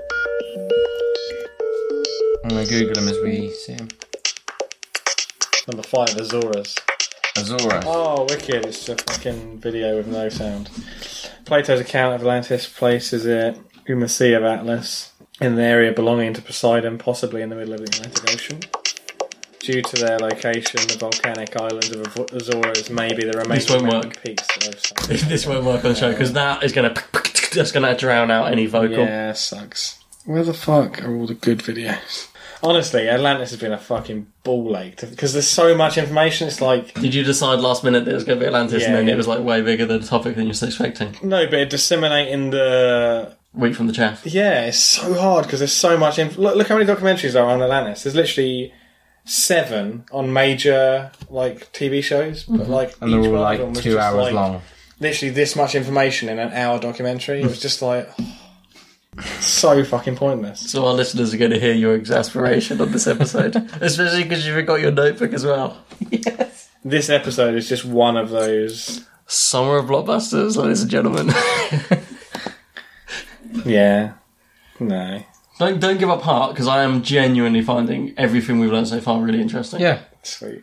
Speaker 5: I'm gonna Google them as we see them.
Speaker 4: number five, Azores.
Speaker 5: Azora.
Speaker 4: Oh, wicked! It's a fucking video with no sound. Plato's account of Atlantis places it in the Sea of Atlas, in an area belonging to Poseidon, possibly in the middle of the Atlantic Ocean. Due to their location, the volcanic island of Avo- Azores may be the remaining
Speaker 3: This won't
Speaker 4: mountain
Speaker 3: work.
Speaker 4: peaks of South-
Speaker 3: this won't work on the show because that is going to that's going to drown out any vocal.
Speaker 4: Yeah, sucks. Where the fuck are all the good videos? Honestly, Atlantis has been a fucking ball ache because there's so much information. It's like
Speaker 3: Did you decide last minute that it was going to be Atlantis
Speaker 4: Yeah,
Speaker 3: and then
Speaker 4: yeah.
Speaker 3: it was like way bigger than the topic than you were expecting?
Speaker 4: no, but disseminating the
Speaker 3: Week from the chaff.
Speaker 4: Yeah, it's so hard because there's so much. Inf- look, look how many documentaries there are on Atlantis. There's literally seven on major like TV shows, but like
Speaker 5: Mm-hmm. And they're
Speaker 4: each
Speaker 5: all
Speaker 4: one
Speaker 5: like
Speaker 4: of them was
Speaker 5: two
Speaker 4: just,
Speaker 5: hours
Speaker 4: like,
Speaker 5: long.
Speaker 4: Literally this much information in an hour documentary. It was just like so fucking pointless.
Speaker 3: So our listeners are going to hear your exasperation on this episode, especially because you forgot your notebook as well.
Speaker 4: This episode is just one of those.
Speaker 3: Summer of blockbusters, ladies and gentlemen.
Speaker 4: Yeah, no,
Speaker 3: don't don't give up heart because I am genuinely finding everything we've learned so far really interesting.
Speaker 5: Yeah.
Speaker 4: sweet.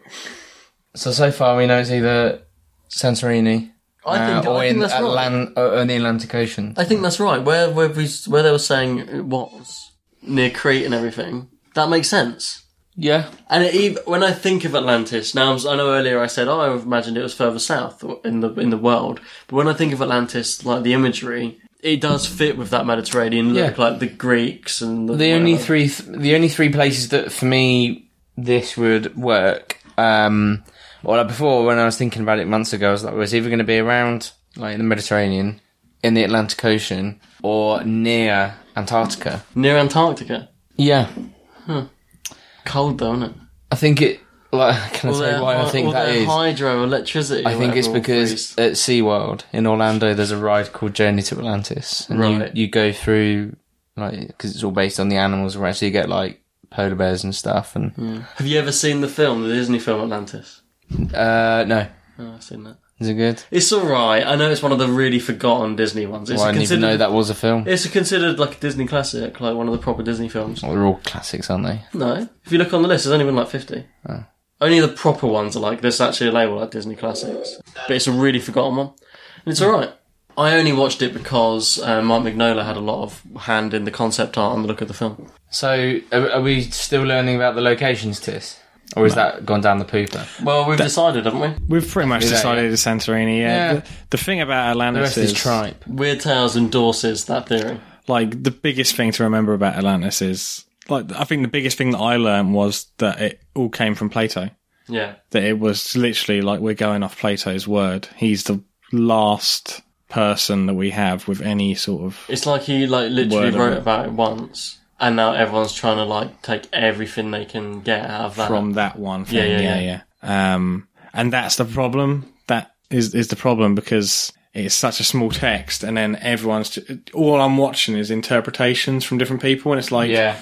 Speaker 5: So so far we know it's either Santorini
Speaker 3: I think,
Speaker 5: uh, or
Speaker 3: I think
Speaker 5: in
Speaker 3: that's right.
Speaker 5: Atlan- or in the Atlantic Ocean.
Speaker 3: I think that's right. Where where we where they were saying it was near Crete and everything, that makes sense.
Speaker 5: Yeah.
Speaker 3: And it, ev- when I think of Atlantis, now I'm, si know earlier I said, oh, I imagined it was further south in the in the world. But when I think of Atlantis, like the imagery, it does fit with that Mediterranean look,
Speaker 5: Yeah.
Speaker 3: like the Greeks and the,
Speaker 5: The only
Speaker 3: whatever.
Speaker 5: three th- the only three places that for me this would work. Um well like before when I was thinking about it months ago, I was like, well, it's either gonna be around like the Mediterranean, in the Atlantic Ocean, or near Antarctica.
Speaker 3: near Antarctica.
Speaker 5: Yeah.
Speaker 3: Cold though, isn't it?
Speaker 5: I think it like can I say why I think that is?
Speaker 3: hydroelectricity.
Speaker 5: I think it's because at SeaWorld in Orlando, there's a ride called Journey to Atlantis, and
Speaker 3: Right.
Speaker 5: you, you go through like because it's all based on the animals, right? So you get like polar bears and stuff, and
Speaker 3: Have you ever seen the film, the Disney film Atlantis?
Speaker 5: uh, no,
Speaker 3: Oh, I've seen that.
Speaker 5: is it good?
Speaker 3: It's all right. I know it's one of the really forgotten Disney ones. It's
Speaker 5: Well, I didn't even
Speaker 3: considered,
Speaker 5: know that was a film.
Speaker 3: It's considered like a Disney classic, like one of the proper Disney films.
Speaker 5: Well, they're all classics, aren't they?
Speaker 3: No. If you look on the list, there's only been like 50.
Speaker 4: Ah.
Speaker 3: Only the proper ones are like, there's actually a label like Disney Classics. But it's a really forgotten one. And it's alright. I only watched it because uh, Mike Mignola had a lot of hand in the concept art and the look of the film.
Speaker 5: So, are, are we still learning about the locations, Tis, or is that gone down the pooper?
Speaker 3: Well, we've decided, haven't we?
Speaker 4: We've pretty much
Speaker 5: that,
Speaker 4: decided it's Santorini. Yeah.
Speaker 5: Yeah.
Speaker 4: The, the thing about
Speaker 5: The
Speaker 4: Atlantis
Speaker 5: rest is
Speaker 4: is
Speaker 5: tripe.
Speaker 3: Weird Tales endorses that theory.
Speaker 4: like the biggest thing to remember about Atlantis is like I think the biggest thing that I learned was that it all came from Plato.
Speaker 3: Yeah.
Speaker 4: That it was literally like we're going off Plato's word. He's the last person that we have with any sort of
Speaker 3: It's like he like literally
Speaker 4: Word of
Speaker 3: wrote
Speaker 4: it.
Speaker 3: about it once, and now everyone's trying to like take everything they can get out of that.
Speaker 4: from that one thing.
Speaker 3: Yeah,
Speaker 4: Yeah,
Speaker 3: yeah,
Speaker 4: yeah, Um, and that's the problem. That is is the problem because it's such a small text, and then everyone's ju- all I'm watching is interpretations from different people, and it's like
Speaker 5: Yeah,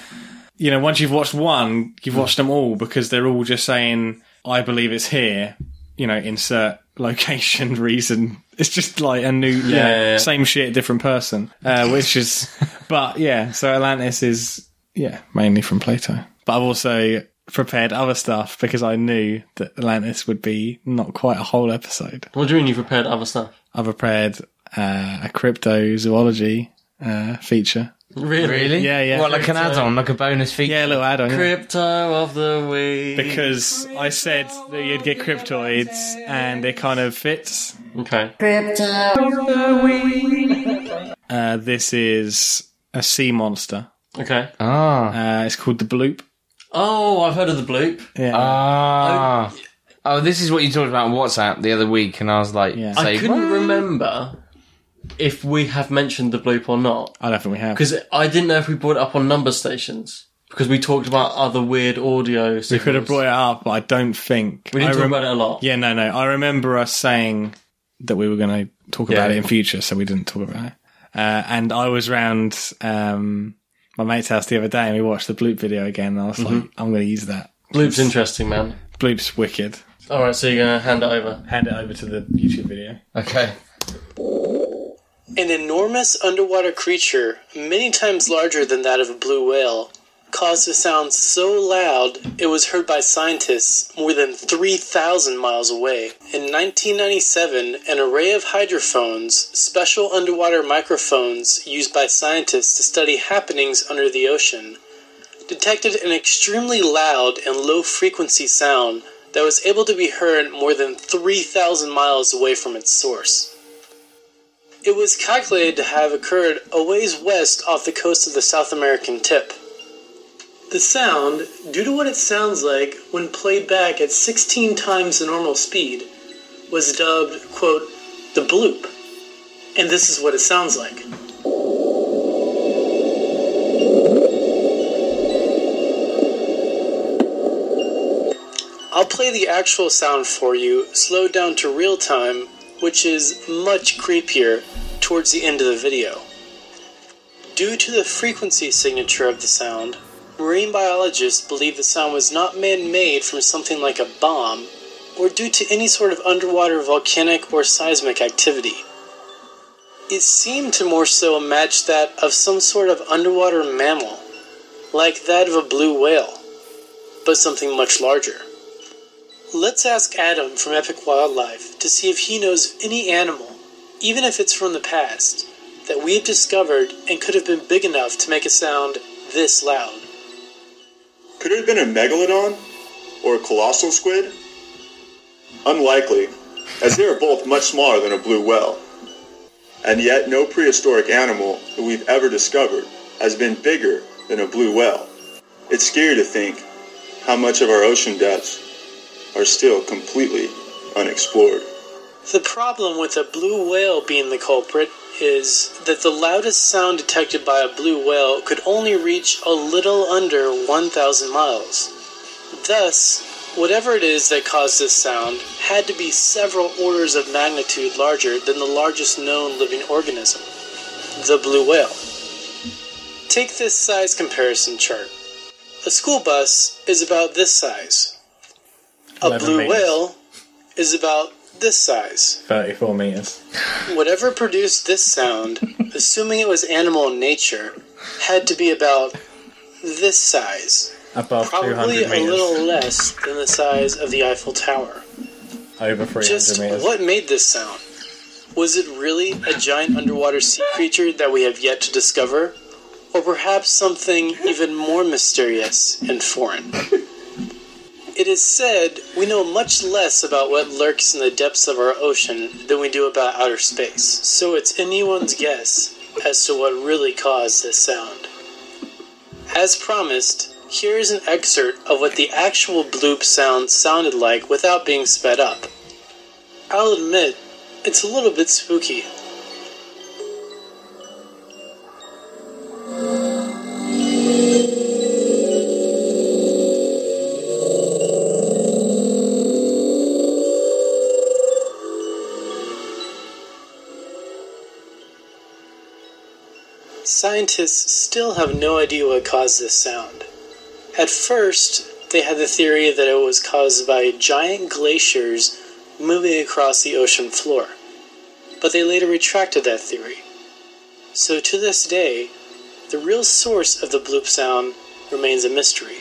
Speaker 4: you know, once you've watched one,
Speaker 3: Hmm.
Speaker 4: you've watched them all because they're all just saying, I believe it's here, you know, insert location, reason. It's just like a new, yeah,
Speaker 3: yeah, yeah.
Speaker 4: same shit, different person, uh, which is, but yeah, so Atlantis is, yeah, mainly from Plato. But I've also prepared other stuff because I knew that Atlantis would be not quite a whole episode.
Speaker 3: What do you mean you prepared other stuff?
Speaker 4: I've prepared uh, a cryptozoology uh, feature.
Speaker 3: Really?
Speaker 5: really?
Speaker 4: Yeah, yeah.
Speaker 5: Well, like an
Speaker 3: So-
Speaker 5: add-on, like a bonus feature.
Speaker 4: Yeah, a little add on. yeah.
Speaker 3: Crypto of the week.
Speaker 4: because I said that you'd get cryptoids, and it kind of fits.
Speaker 3: okay.
Speaker 4: Uh, this is a sea monster.
Speaker 3: Okay.
Speaker 5: Ah,
Speaker 4: Uh, it's called the bloop.
Speaker 3: Oh, I've heard of the bloop.
Speaker 4: Yeah.
Speaker 5: ah. Oh, this is what you talked about on WhatsApp the other week, and I was like,
Speaker 4: Yeah.
Speaker 5: say,
Speaker 3: I couldn't remember if we have mentioned the bloop or not.
Speaker 4: I don't think we have.
Speaker 3: Because I didn't know if we brought it up on number stations. Because we talked about other weird audio
Speaker 4: we could have brought it up, but I don't think
Speaker 3: We didn't
Speaker 4: I
Speaker 3: talk
Speaker 4: rem-
Speaker 3: about it a lot.
Speaker 4: Yeah, no, no. I remember us saying that we were going to talk about
Speaker 3: Yeah.
Speaker 4: it in future, so we didn't talk about it. Uh, and I was round um, my mate's house the other day, and we watched the Bloop video again. And I was like,
Speaker 3: Mm-hmm.
Speaker 4: I'm going to use that.
Speaker 3: Bloop's interesting, man.
Speaker 4: Bloop's wicked.
Speaker 3: Alright, so you're going to hand it over.
Speaker 4: Hand it over to the YouTube video.
Speaker 5: Okay.
Speaker 7: An enormous underwater creature, many times larger than that of a blue whale, caused a sound so loud it was heard by scientists more than 3,000 miles away. In 1997, an array of hydrophones, special underwater microphones used by scientists to study happenings under the ocean, detected an extremely loud and low frequency sound that was able to be heard more than 3,000 miles away from its source. It was calculated to have occurred a ways west off the coast of the South American tip. The sound, due to what it sounds like when played back at 16 times the normal speed, was dubbed, quote, the bloop. And this is what it sounds like. I'll play the actual sound for you, slowed down to real time, which is much creepier towards the end of the video. Due to the frequency signature of the sound, marine biologists believe the sound was not man made from something like a bomb or due to any sort of underwater volcanic or seismic activity. It seemed to more so match that of some sort of underwater mammal, like that of a blue whale, but something much larger. Let's ask Adam from Epic Wildlife to see if he knows of any animal, even if it's from the past, that we have discovered and could have been big enough to make a sound this loud.
Speaker 2: Could it have been a megalodon or a colossal squid? Unlikely, as they are both much smaller than a blue whale. And yet, no prehistoric animal that we've ever discovered has been bigger than a blue whale. It's scary to think how much of our ocean depths are still completely unexplored.
Speaker 7: The problem with a blue whale being the culprit is that the loudest sound detected by a blue whale could only reach a little under 1,000 miles. Thus, whatever it is that caused this sound had to be several orders of magnitude larger than the largest known living organism, the blue whale. Take this size comparison chart. A school bus is about this size. A
Speaker 4: 11
Speaker 7: blue
Speaker 4: meters.
Speaker 7: whale is about this size.
Speaker 4: 34 meters.
Speaker 7: Whatever produced this sound, assuming it was animal in nature, had to be about this size,
Speaker 4: Above
Speaker 7: probably a little less than the size of the Eiffel Tower.
Speaker 4: Over 300
Speaker 7: Just what made this sound? Was it really a giant underwater sea creature that we have yet to discover? Or perhaps something even more mysterious and foreign? It is said we know much less about what lurks in the depths of our ocean than we do about outer space, so it's anyone's guess as to what really caused this sound. As promised, here is an excerpt of what the actual bloop sound sounded like without being sped up. I'll admit, it's a little bit spooky. Scientists still have no idea what caused this sound. At first, they had the theory that it was caused by giant glaciers moving across the ocean floor, but they later retracted that theory. So to this day, the real source of the bloop sound remains a mystery.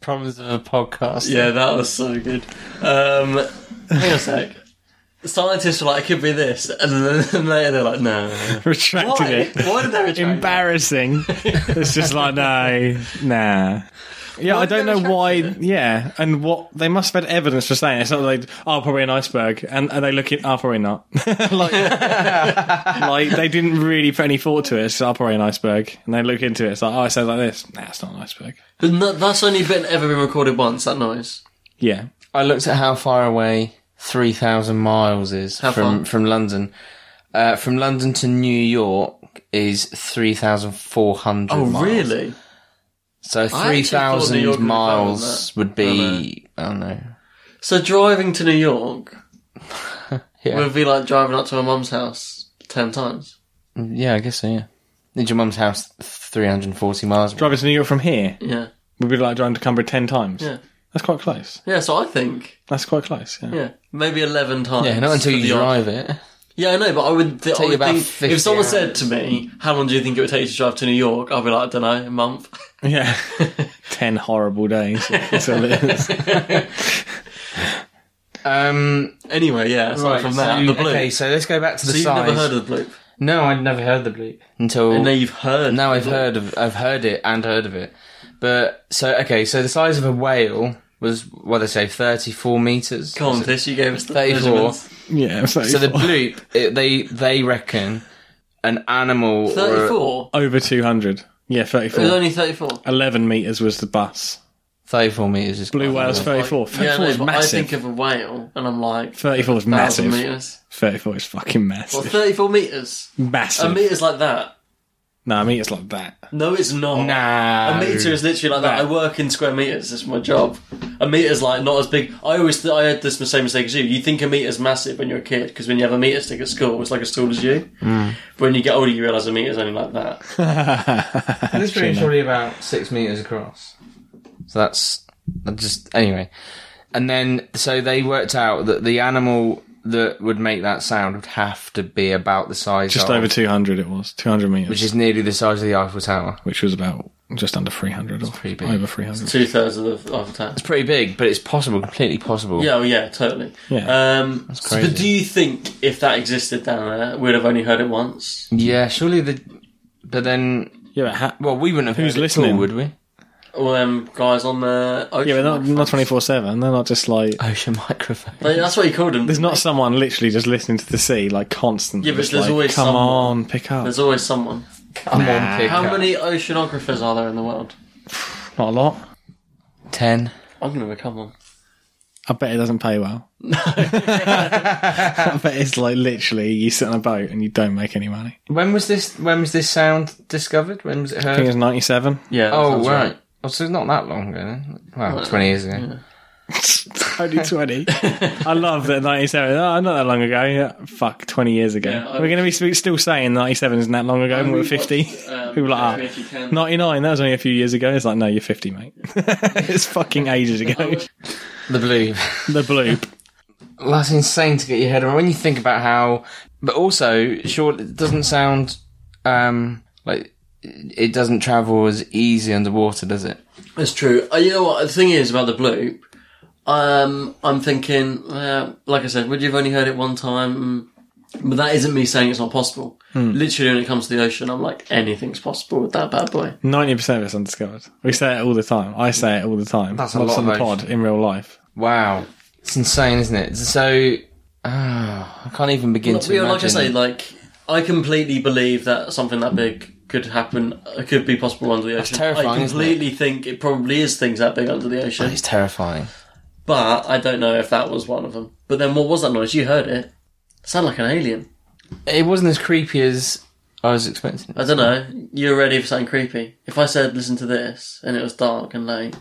Speaker 5: Problems of a podcast.
Speaker 3: Yeah, that was so good. Um, hang on a sec. Scientists were like, it could be this. And then later they're like, no. no, no.
Speaker 4: Retracted
Speaker 3: Why?
Speaker 4: it.
Speaker 3: Why did they retract it?
Speaker 4: embarrassing. it's just like no, nah. Yeah, I don't know why. Yeah, and what they must have had evidence for saying it. it's not like oh, probably an iceberg, and and they look it, oh, probably not. like, like they didn't really put any thought to it. It's oh, probably an iceberg, and they look into it. It's like oh, it sounds like this. Nah, it's not an iceberg.
Speaker 3: But no, that's only been ever been recorded once, that noise.
Speaker 4: Yeah,
Speaker 5: I looked at how far away 3,000 miles is
Speaker 3: How
Speaker 5: from,
Speaker 3: far?
Speaker 5: from London, Uh, from London to New York is 3,400
Speaker 3: Oh,
Speaker 5: miles.
Speaker 3: really?
Speaker 5: So
Speaker 3: actually thought New
Speaker 5: 3,000
Speaker 3: York would be lower than
Speaker 5: miles
Speaker 3: that.
Speaker 5: would be, I don't know.
Speaker 3: So driving to New York
Speaker 5: Yeah.
Speaker 3: would be like driving up to my mum's house ten times.
Speaker 5: yeah, I guess so, yeah. Is your mum's house 340 miles?
Speaker 4: Driving to New York from here
Speaker 3: Yeah,
Speaker 4: would be like driving to Cumbria ten times.
Speaker 3: Yeah.
Speaker 4: That's quite close.
Speaker 3: yeah. So I think
Speaker 4: That's quite close. Yeah.
Speaker 3: yeah, maybe eleven times.
Speaker 5: Yeah, not until
Speaker 3: for
Speaker 5: you
Speaker 3: the odd-
Speaker 5: drive it.
Speaker 3: Yeah, I know, but I would. I
Speaker 5: you
Speaker 3: would
Speaker 5: about
Speaker 3: think,
Speaker 5: 50
Speaker 3: if someone
Speaker 5: hours.
Speaker 3: said to me, "How long do you think it would take you to drive to New York?" I'd be like, "I don't know, a month."
Speaker 4: Yeah. Ten horrible days. That's all it is.
Speaker 5: Um,
Speaker 3: anyway, yeah. Aside from that,
Speaker 5: so-
Speaker 3: the bloop.
Speaker 5: okay, so let's go back to the
Speaker 3: so you've
Speaker 5: size.
Speaker 3: never heard of the bloop,
Speaker 5: no, I'd never heard the bleep until
Speaker 3: and now you've heard.
Speaker 5: now
Speaker 3: the
Speaker 5: I've
Speaker 3: bloop.
Speaker 5: heard of I've heard it and heard of it. But so okay, so the size of a whale was what they say, thirty four meters.
Speaker 3: Come on, this you gave us the
Speaker 5: 34.
Speaker 3: measurements.
Speaker 4: Yeah. So,
Speaker 5: So the bloop, it, they they reckon an animal or a-
Speaker 3: Thirty-four.
Speaker 4: over two hundred. Yeah,
Speaker 3: It was
Speaker 4: thirty-four.
Speaker 3: only thirty-four.
Speaker 4: Eleven meters was the bus.
Speaker 5: 34 meters is
Speaker 4: Blue
Speaker 5: quite
Speaker 4: whales
Speaker 5: a lot.
Speaker 4: thirty-four.
Speaker 3: Oh, Yeah,
Speaker 4: Thirty-four
Speaker 3: no,
Speaker 4: is
Speaker 3: but I
Speaker 4: massive.
Speaker 3: think of a whale, and I'm like,
Speaker 4: 34 is
Speaker 3: 1,000
Speaker 4: massive.
Speaker 3: meters.
Speaker 4: Thirty-four is fucking
Speaker 3: Well,
Speaker 4: massive.
Speaker 3: 34 meters. A
Speaker 4: massive.
Speaker 3: meter's like that.
Speaker 4: no, I mean it's like that.
Speaker 3: No, it's not.
Speaker 5: Nah.
Speaker 3: A meter is literally like that. I work in square meters. It's my job. A meter's like not as big. I always th- I had this same mistake as you. You think a meter's massive when you're a kid because when you have a meter stick at school, it's like as tall as you.
Speaker 4: Hmm.
Speaker 3: But when you get older, you realise a meter's only like that.
Speaker 5: This room's probably about six meters across. So that's that just anyway. And then so they worked out that the animal that would make that sound would have to be about the size
Speaker 4: Just
Speaker 5: of,
Speaker 4: over two hundred it was. Two hundred meters.
Speaker 5: which is nearly the size of the Eiffel Tower.
Speaker 4: which was about just under three hundred or
Speaker 5: pretty big.
Speaker 4: over three hundred.
Speaker 3: Two thirds of the of the time.
Speaker 5: It's pretty big, but it's possible, completely possible.
Speaker 3: Yeah, oh yeah, totally.
Speaker 4: Yeah.
Speaker 3: Um, so-
Speaker 5: crazy.
Speaker 3: but do you think if that existed down there, we'd have only heard it once?
Speaker 5: Yeah, surely the but then
Speaker 4: Yeah, but ha-
Speaker 5: well we wouldn't have
Speaker 4: Who's
Speaker 5: heard it at all,
Speaker 4: listening?
Speaker 5: would we?
Speaker 3: All them guys on the ocean
Speaker 4: yeah, but not not
Speaker 3: microphones.
Speaker 4: twenty four seven. They're not just like
Speaker 5: Ocean microphone.
Speaker 3: They- That's what you called them.
Speaker 4: there's not someone literally just listening to the sea like constantly.
Speaker 3: Yeah, but
Speaker 4: just
Speaker 3: there's
Speaker 4: like,
Speaker 3: always
Speaker 4: come
Speaker 3: someone.
Speaker 4: on, pick up.
Speaker 3: There's always someone.
Speaker 5: Come on, pick
Speaker 3: How
Speaker 5: up.
Speaker 3: many oceanographers are there in the world?
Speaker 4: not a lot.
Speaker 5: Ten.
Speaker 3: I'm going to become one.
Speaker 4: I bet it doesn't pay well. I bet it's like literally you sit on a boat and you don't make any money.
Speaker 5: When was this? When was this sound discovered? When was it
Speaker 4: I think it
Speaker 5: heard?
Speaker 4: was ninety seven.
Speaker 3: Yeah. that
Speaker 5: Oh
Speaker 3: sounds
Speaker 5: right. Oh, so it's not that long ago then. Well, twenty years ago.
Speaker 4: Only 20. I love that 97. Oh, not that long ago. Yeah, Fuck, 20 years ago.
Speaker 3: Yeah, I-
Speaker 4: We're going to be sp- still saying 97 isn't that long ago when we were 50.
Speaker 3: um,
Speaker 4: People are
Speaker 3: Jeremy,
Speaker 4: like,
Speaker 3: if you
Speaker 4: ah,
Speaker 3: can.
Speaker 4: 99, that was only a few years ago. It's like, no, you're 50, mate. it's fucking ages ago.
Speaker 5: The blue.
Speaker 4: the bloop.
Speaker 5: Well, that's insane to get your head around when you think about how. But also, sure, it doesn't sound um, like it doesn't travel as easy underwater, does it?
Speaker 3: That's true. Uh, you know what? The thing is about the bloop, um, I'm thinking, uh, like I said, would you have only heard it one time? mm, But that isn't me saying it's not possible.
Speaker 5: Hmm.
Speaker 3: Literally, when it comes to the ocean, I'm like, anything's possible with that bad boy.
Speaker 4: 90% of it's undiscovered. We say it all the time. I say it all the time.
Speaker 5: That's a
Speaker 4: Lots
Speaker 5: lot
Speaker 4: on the
Speaker 5: of
Speaker 4: pod in real life.
Speaker 5: Wow, it's insane, isn't it? So, ah, I can't even begin
Speaker 3: Like,
Speaker 5: to
Speaker 3: yeah,
Speaker 5: imagine.
Speaker 3: like I say, like I completely believe that something that big could happen, uh, could be possible under the ocean. I
Speaker 5: terrifying, isn't it?
Speaker 3: completely think it probably is things that big under the ocean.
Speaker 5: it's terrifying.
Speaker 3: But I don't know if that was one of them. But then what was that noise? You heard it. it sounded like an alien.
Speaker 5: It wasn't as creepy as I was expecting.
Speaker 3: I don't know. You're ready for something creepy. If I said listen to this and it was dark and late,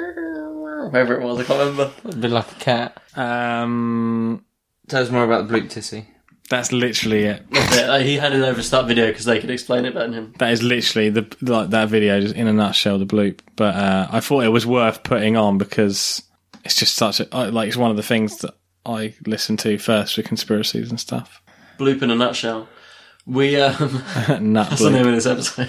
Speaker 3: wherever it was, I can't remember.
Speaker 5: A bit like a cat.
Speaker 4: Um,
Speaker 5: Tell us more about the bloop tissy.
Speaker 4: that's literally it.
Speaker 3: Yeah, like, he handed over to that video because they could explain it better than him.
Speaker 4: That is literally the like that video just in a nutshell the bloop. But uh, I thought it was worth putting on because it's just such a I- like it's one of the things that I listen to first for conspiracies and stuff.
Speaker 3: Bloop in a nutshell. We um,
Speaker 4: Nut
Speaker 3: that's the name
Speaker 4: bloop,
Speaker 3: of this episode.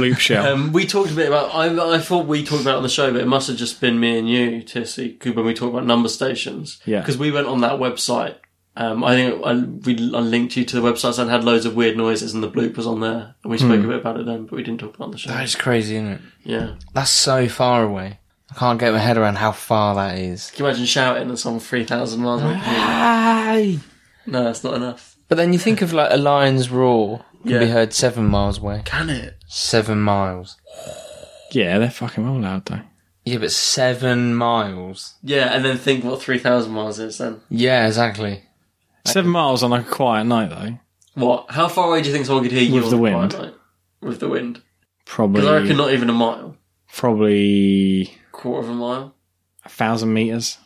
Speaker 4: bloop shell.
Speaker 3: Um, we talked a bit about. I, I thought we talked about it on the show, but it must have just been me and you, Tissy, 'cause when we talked about number stations.
Speaker 4: Yeah.
Speaker 3: Because we went on that website. Um, I think I, we I linked you to the website and had loads of weird noises, and the bloop was on there, and we spoke
Speaker 4: Hmm.
Speaker 3: a bit about it then, but we didn't talk about it on the show.
Speaker 5: That is crazy, isn't it?
Speaker 3: Yeah.
Speaker 5: That's so far away. I can't get my head around how far that is.
Speaker 3: Can you imagine shouting at someone 3,000 miles away? from you? No, that's not enough.
Speaker 5: But then you think of like a lion's roar can
Speaker 3: Yeah.
Speaker 5: be heard seven miles away.
Speaker 3: Can it?
Speaker 5: Seven miles.
Speaker 4: yeah, they're fucking well loud though.
Speaker 5: Yeah, but seven miles.
Speaker 3: Yeah, and then think what 3,000 miles is then.
Speaker 5: Yeah, exactly.
Speaker 4: Seven miles on like a quiet night though.
Speaker 3: What? How far away do you think someone could hear you
Speaker 4: With
Speaker 3: on
Speaker 4: the
Speaker 3: a
Speaker 4: wind.
Speaker 3: quiet night? With the wind. Because I reckon
Speaker 4: Probably
Speaker 3: not even a mile.
Speaker 4: probably
Speaker 3: Quarter of a mile.
Speaker 4: a thousand meters,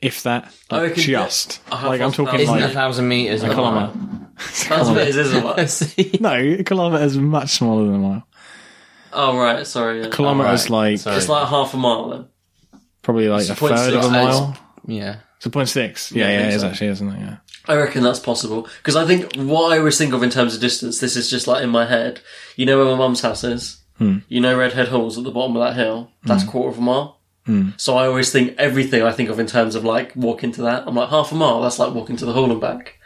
Speaker 4: if that.
Speaker 3: I
Speaker 4: Like,
Speaker 3: reckon
Speaker 4: just
Speaker 3: that- I have
Speaker 4: like I'm
Speaker 3: thought about
Speaker 4: talking
Speaker 3: that.
Speaker 5: Isn't a
Speaker 4: like
Speaker 5: thousand meters
Speaker 4: a kilometre.
Speaker 3: That's what it is, isn't it?
Speaker 5: See?
Speaker 4: No, a kilometre is much smaller than a mile.
Speaker 3: Oh, right, sorry. yeah.
Speaker 4: Kilometre is
Speaker 5: Alright,
Speaker 4: like
Speaker 5: sorry.
Speaker 3: It's like half a mile then.
Speaker 4: probably like
Speaker 3: It's
Speaker 4: a
Speaker 3: a point
Speaker 4: third of
Speaker 3: six.
Speaker 4: a mile.
Speaker 5: Yeah.
Speaker 4: It's a point six. Yeah,
Speaker 3: I
Speaker 4: yeah,
Speaker 3: think
Speaker 4: it is
Speaker 3: so.
Speaker 4: actually, isn't it? Yeah.
Speaker 3: I reckon that's possible. Because I think what I always think of in terms of distance, this is just like in my head. You know where my mum's house is?
Speaker 4: Hmm.
Speaker 3: You know Redhead Hall's at the bottom of that hill? That's quarter of a mile.
Speaker 4: Hmm.
Speaker 3: So I always think everything I think of in terms of like walking to that. I'm like, half a mile, that's like walking to the hall and back.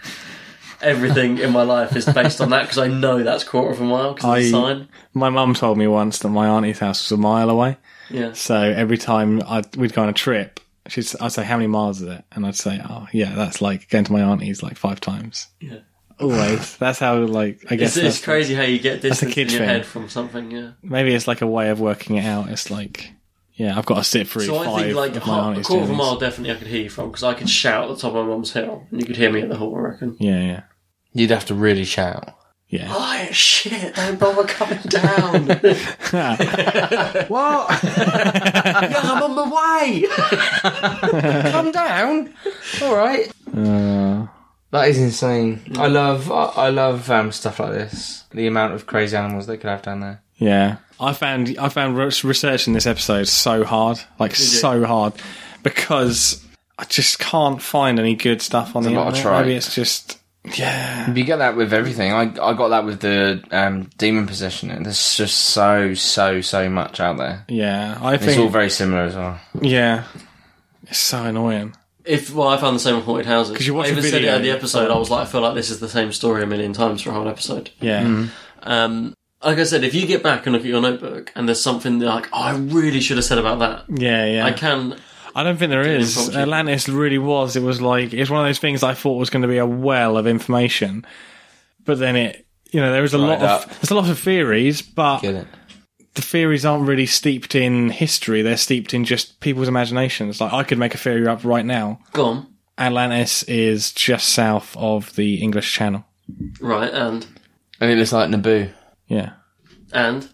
Speaker 3: Everything in my life is based on that because I know that's quarter of a mile because of the
Speaker 4: I-
Speaker 3: sign.
Speaker 4: My mum told me once that my auntie's house was a mile away.
Speaker 3: Yeah.
Speaker 4: So every time I we'd go on a trip, she'd s- I'd say how many miles is it, and I'd say, oh yeah, that's like going to my auntie's like five times.
Speaker 3: Yeah.
Speaker 4: Always. that's how like I guess
Speaker 3: It's, it's
Speaker 4: that's-
Speaker 3: crazy how you get
Speaker 4: that's a
Speaker 3: distance in
Speaker 4: kid's
Speaker 3: your
Speaker 4: thing.
Speaker 3: head from something, yeah.
Speaker 4: Maybe it's like a way of working it out. It's like yeah, I've got to sit through
Speaker 3: So
Speaker 4: five
Speaker 3: I think like a
Speaker 4: of my
Speaker 3: half, a
Speaker 4: auntie's
Speaker 3: quarter of a
Speaker 4: journeys.
Speaker 3: mile definitely I could hear you from because I could shout at the top of my mum's hill and you could hear me at the hall. I reckon.
Speaker 4: Yeah, yeah,
Speaker 5: You'd have to really shout.
Speaker 4: yeah.
Speaker 3: Oh shit! Don't bother coming down.
Speaker 5: What?
Speaker 3: yeah, I'm on my way.
Speaker 5: Come down. All right.
Speaker 4: Uh,
Speaker 5: That is insane. I love I, I love um, stuff like this. The amount of crazy animals they could have down there.
Speaker 4: Yeah, I found I found re- researching this episode so hard, like so hard, because I just can't find any good stuff on
Speaker 5: There's
Speaker 4: the
Speaker 5: a lot of
Speaker 4: internet.
Speaker 5: tripe.
Speaker 4: Maybe it's just yeah,
Speaker 5: You get that with everything. I I got that with the um, demon possession. And there's just so so so much out there.
Speaker 4: yeah. I
Speaker 5: It's all
Speaker 4: think
Speaker 5: very similar as well.
Speaker 4: yeah, it's so annoying.
Speaker 3: If well, I found the same with haunted houses.
Speaker 4: 'Cause you watch
Speaker 3: I
Speaker 4: a
Speaker 3: even said it
Speaker 4: video.
Speaker 3: at the episode. I was like, I feel like this is the same story a million times for a whole episode.
Speaker 4: Yeah,
Speaker 5: Mm-hmm.
Speaker 3: Um, like I said, if you get back and look at your notebook and there's something that, like, oh, I really should have said about that.
Speaker 4: yeah, yeah.
Speaker 3: I can.
Speaker 4: I don't think there is.
Speaker 3: impromptu.
Speaker 4: Atlantis really was. It was like it's one of those things I thought was going to be a well of information, but then it, you know, there is a
Speaker 5: Dried
Speaker 4: lot of
Speaker 5: up.
Speaker 4: there's a lot of theories, but
Speaker 5: Get it?
Speaker 4: the theories aren't really steeped in history. They're steeped in just people's imaginations. Like I could make a theory up right now.
Speaker 3: Go on.
Speaker 4: Atlantis is just south of the English Channel.
Speaker 3: Right and
Speaker 5: And it looks like Naboo.
Speaker 4: Yeah.
Speaker 3: and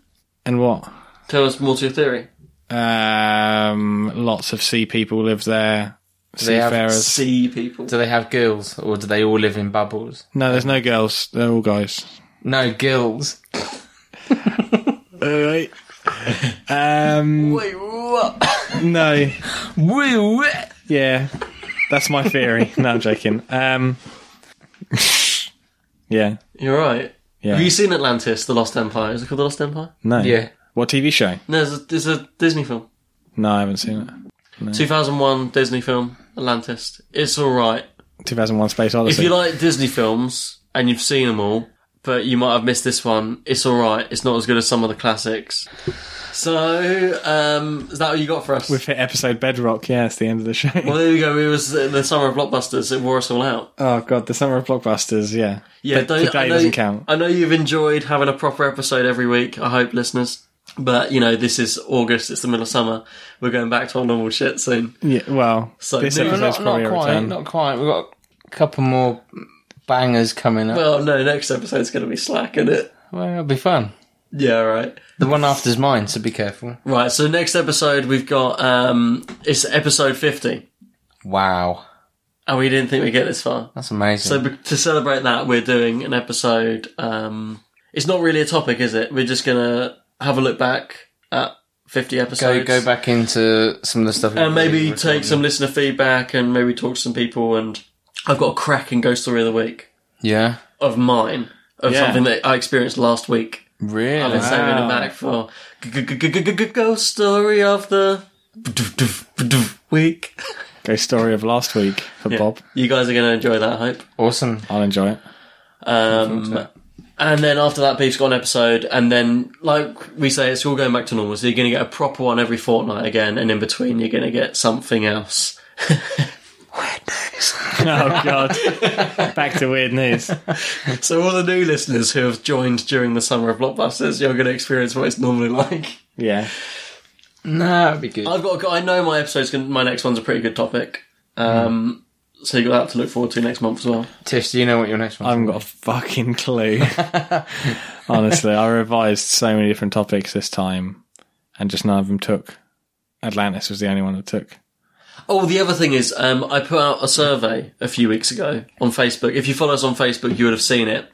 Speaker 4: And what?
Speaker 3: tell us more to your theory.
Speaker 4: Um, lots of sea people live there.
Speaker 5: they have
Speaker 4: Seafarers.
Speaker 3: See people.
Speaker 5: Do they have gills or do they all live in bubbles?
Speaker 4: no, there's no girls. They're all guys.
Speaker 5: No gills.
Speaker 4: Alright. Um,
Speaker 3: Wait, what?
Speaker 4: no.
Speaker 5: Woo!
Speaker 4: Yeah. That's my theory. no, I'm joking. Um, yeah.
Speaker 3: You're right.
Speaker 4: Yeah.
Speaker 3: Have you seen Atlantis: The Lost Empire? Is it called The Lost Empire?
Speaker 4: No.
Speaker 5: Yeah.
Speaker 4: What TV show?
Speaker 3: No, it's a, it's a Disney film.
Speaker 4: No, I haven't seen it.
Speaker 3: 2001 Disney film, Atlantis. It's alright.
Speaker 4: 2001 Space Odyssey.
Speaker 3: If you like Disney films and you've seen them all, but you might have missed this one, it's alright. It's not as good as some of the classics. So, um, is that what you got for us?
Speaker 4: We've hit episode bedrock. Yeah, it's the end of the show.
Speaker 3: well, there we go. It was uh, the summer of blockbusters. It wore us all out.
Speaker 4: oh god, the summer of blockbusters. Yeah,
Speaker 3: Yeah,
Speaker 4: But today
Speaker 3: I know,
Speaker 4: doesn't count.
Speaker 3: I know you've enjoyed having a proper episode every week. I hope, listeners. But you know, this is August. It's the middle of summer. We're going back to our normal shit soon.
Speaker 4: yeah. Well,
Speaker 3: So
Speaker 4: this
Speaker 3: no,
Speaker 4: episode's
Speaker 5: Not,
Speaker 4: probably
Speaker 5: not
Speaker 4: a
Speaker 5: quite.
Speaker 4: return.
Speaker 5: Not quite. We've got a couple more bangers coming up. Well,
Speaker 3: Well, no, next episode's going to be slack, isn't it?
Speaker 5: it'll be fun.
Speaker 3: Yeah, right.
Speaker 5: The one after's mine, so be careful.
Speaker 3: Right, so next episode we've got um it's episode 50.
Speaker 5: Wow.
Speaker 3: And we didn't think we'd get this far.
Speaker 5: That's amazing.
Speaker 3: So be- to celebrate that, we're doing an episode um it's not really a topic, is it? We're just going to have a look back at 50
Speaker 5: go,
Speaker 3: episodes.
Speaker 5: go back into some of the stuff.
Speaker 3: and Uh, maybe
Speaker 5: we've
Speaker 3: take
Speaker 5: recorded.
Speaker 3: some listener feedback and maybe talk to some people and I've got a cracking ghost story of the week
Speaker 5: Yeah.
Speaker 3: of mine of
Speaker 4: Yeah.
Speaker 3: something that I experienced last week.
Speaker 5: Really?
Speaker 3: I've been saving it back for g- g- g- g- g- g- ghost story of the week.
Speaker 4: Ghost story of last week for Bob.
Speaker 3: You guys are going to enjoy that, I hope.
Speaker 5: Awesome.
Speaker 4: I'll enjoy it.
Speaker 3: Um, and then after that, Beef's got an episode, and then, like we say, it's all going back to normal. So you're going to get a proper one every fortnight again, and in between, you're going to get something else.
Speaker 4: Oh god, back to weird news.
Speaker 3: So all the new listeners who have joined during the summer of blockbusters, you're going to experience what it's normally like.
Speaker 4: Yeah,
Speaker 5: Nah, that'd be good.
Speaker 3: I've got. I know my episode's going. My next one's a pretty good topic. Um, So you got that to look forward to next month as well.
Speaker 5: Tish, do you know what your next
Speaker 4: I
Speaker 5: one?
Speaker 4: haven't got a fucking clue. Honestly, I revised so many different topics this time, and just none of them took. Atlantis was the only one that took.
Speaker 3: Oh, the other thing is, um, I put out a survey a few weeks ago on Facebook. If you follow us on Facebook, you would have seen it.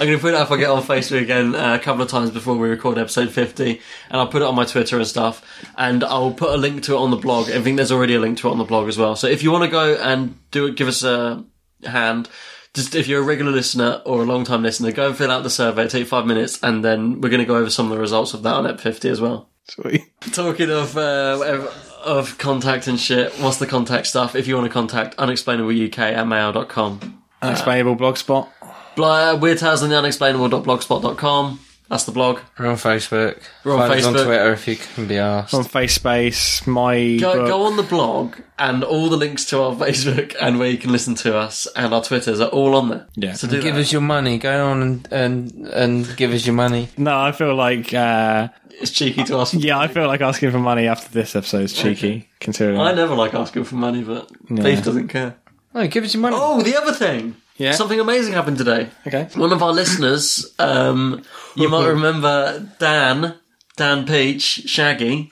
Speaker 3: I'm going to put it up I get on Facebook again uh, a couple of times before we record episode 50, and I'll put it on my Twitter and stuff, and I'll put a link to it on the blog. I think there's already a link to it on the blog as well. So if you want to go and do it, give us a hand. Just if you're a regular listener or a long time listener, go and fill out the survey. Take five minutes, and then we're going to go over some of the results of that on Ep 50 as well.
Speaker 4: Sweet.
Speaker 3: Talking of uh, whatever- of contact and shit, what's the contact stuff? If you want to contact unexplainableuk at mail.com.
Speaker 4: Unexplainable blog spot.
Speaker 3: Bl- Weird Tales and the Unexplainable.blogspot.com. That's the blog.
Speaker 5: We're on Facebook.
Speaker 3: We're on
Speaker 5: Find us on
Speaker 3: Facebook.
Speaker 5: Twitter if you can be asked.
Speaker 4: On Face Space, my
Speaker 3: Go,
Speaker 4: book.
Speaker 3: go on the blog, and all the links to our Facebook and where you can listen to us and our Twitters are all on there.
Speaker 4: Yeah.
Speaker 3: So do
Speaker 5: Give
Speaker 3: that.
Speaker 5: us your money. Go on and, and and give us your money.
Speaker 4: No, I feel like uh,
Speaker 3: It's cheeky to ask.
Speaker 4: yeah, I feel like asking for money after this episode is cheeky, considering.
Speaker 3: I never like asking for money, but Beef doesn't care.
Speaker 5: No, give us your money.
Speaker 3: Oh, the other thing.
Speaker 4: Yeah.
Speaker 3: Something amazing happened today.
Speaker 4: Okay.
Speaker 3: One of our listeners, um, you might remember Dan, Dan Peach, Shaggy,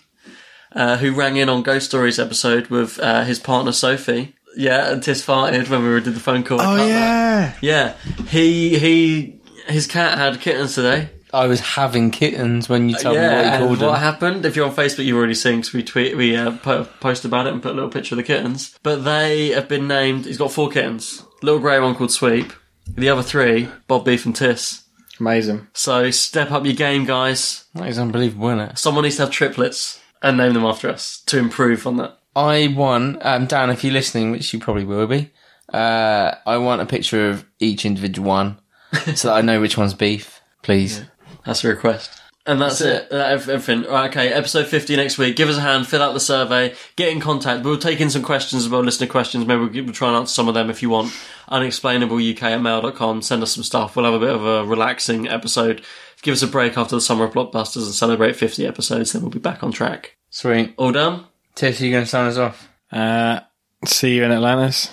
Speaker 3: uh, who rang in on Ghost Stories episode with uh, his partner Sophie. Yeah, and Tis farted when we did the phone call.
Speaker 4: Oh yeah,
Speaker 3: Yeah. He he his cat had kittens today.
Speaker 5: I was having kittens when you told me Uh, what
Speaker 3: yeah.
Speaker 5: you
Speaker 3: and
Speaker 5: called
Speaker 3: what
Speaker 5: them.
Speaker 3: happened? If you're on Facebook, you've already seen because we tweet we uh, po- post about it and put a little picture of the kittens. But they have been named. He's got four kittens. Little grey one called Sweep. The other three, Bob Beef and Tis.
Speaker 4: amazing.
Speaker 3: So step up your game, guys.
Speaker 5: That is unbelievable, isn't it?
Speaker 3: Someone needs to have triplets and name them after us to improve on that.
Speaker 5: I want, um, Dan, if you're listening, which you probably will be, uh, I want a picture of each individual one so that I know which one's beef, please.
Speaker 3: That's a request. And that's, it. That, ev- everything. Right, okay, episode 50 next week. Give us a hand, fill out the survey, get in contact. We'll take in some questions as well, listener questions. Maybe we'll, give- we'll try and answer some of them if you want. Unexplainableuk at mail.com. Send us some stuff. We'll have a bit of a relaxing episode. Give us a break after the summer of blockbusters and celebrate 50 episodes, then we'll be back on track.
Speaker 5: Sweet.
Speaker 3: All done?
Speaker 5: Tiff, are you going to sign us off?
Speaker 4: Uh, see you in Atlantis.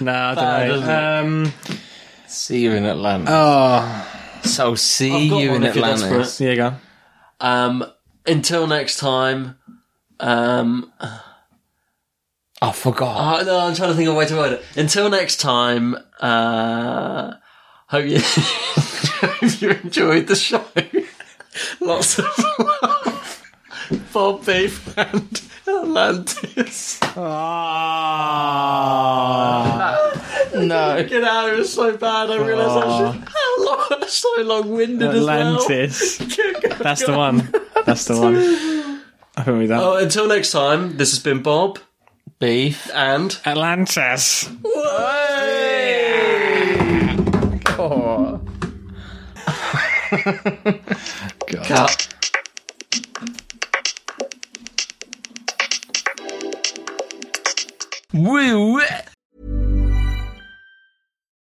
Speaker 4: no, I
Speaker 3: Bad,
Speaker 4: don't
Speaker 3: isn't
Speaker 4: know.
Speaker 3: it?
Speaker 4: Um,
Speaker 5: See you in Atlanta.
Speaker 3: Ah.
Speaker 4: oh,
Speaker 5: so see
Speaker 3: I've got
Speaker 5: you
Speaker 3: one
Speaker 5: in
Speaker 3: if you're
Speaker 5: Atlanta.
Speaker 3: desperate.
Speaker 4: see you again.
Speaker 3: Um, until next time, um,
Speaker 5: I forgot.
Speaker 3: Uh, no, I'm trying to think of a way to word it. Until next time, uh, hope you hope you enjoyed the show. Lots of love, Bob Beef and Atlantis.
Speaker 4: Ah.
Speaker 5: no.
Speaker 3: Get out! It was so bad. I realised I should. How long? So long-winded
Speaker 4: Atlantis.
Speaker 3: as well.
Speaker 4: That's the one. That's the one. I think we done.
Speaker 3: Oh, until next time. This has been Bob
Speaker 5: Beef.
Speaker 3: and.
Speaker 4: Atlantis.
Speaker 3: Cut.
Speaker 5: Woo!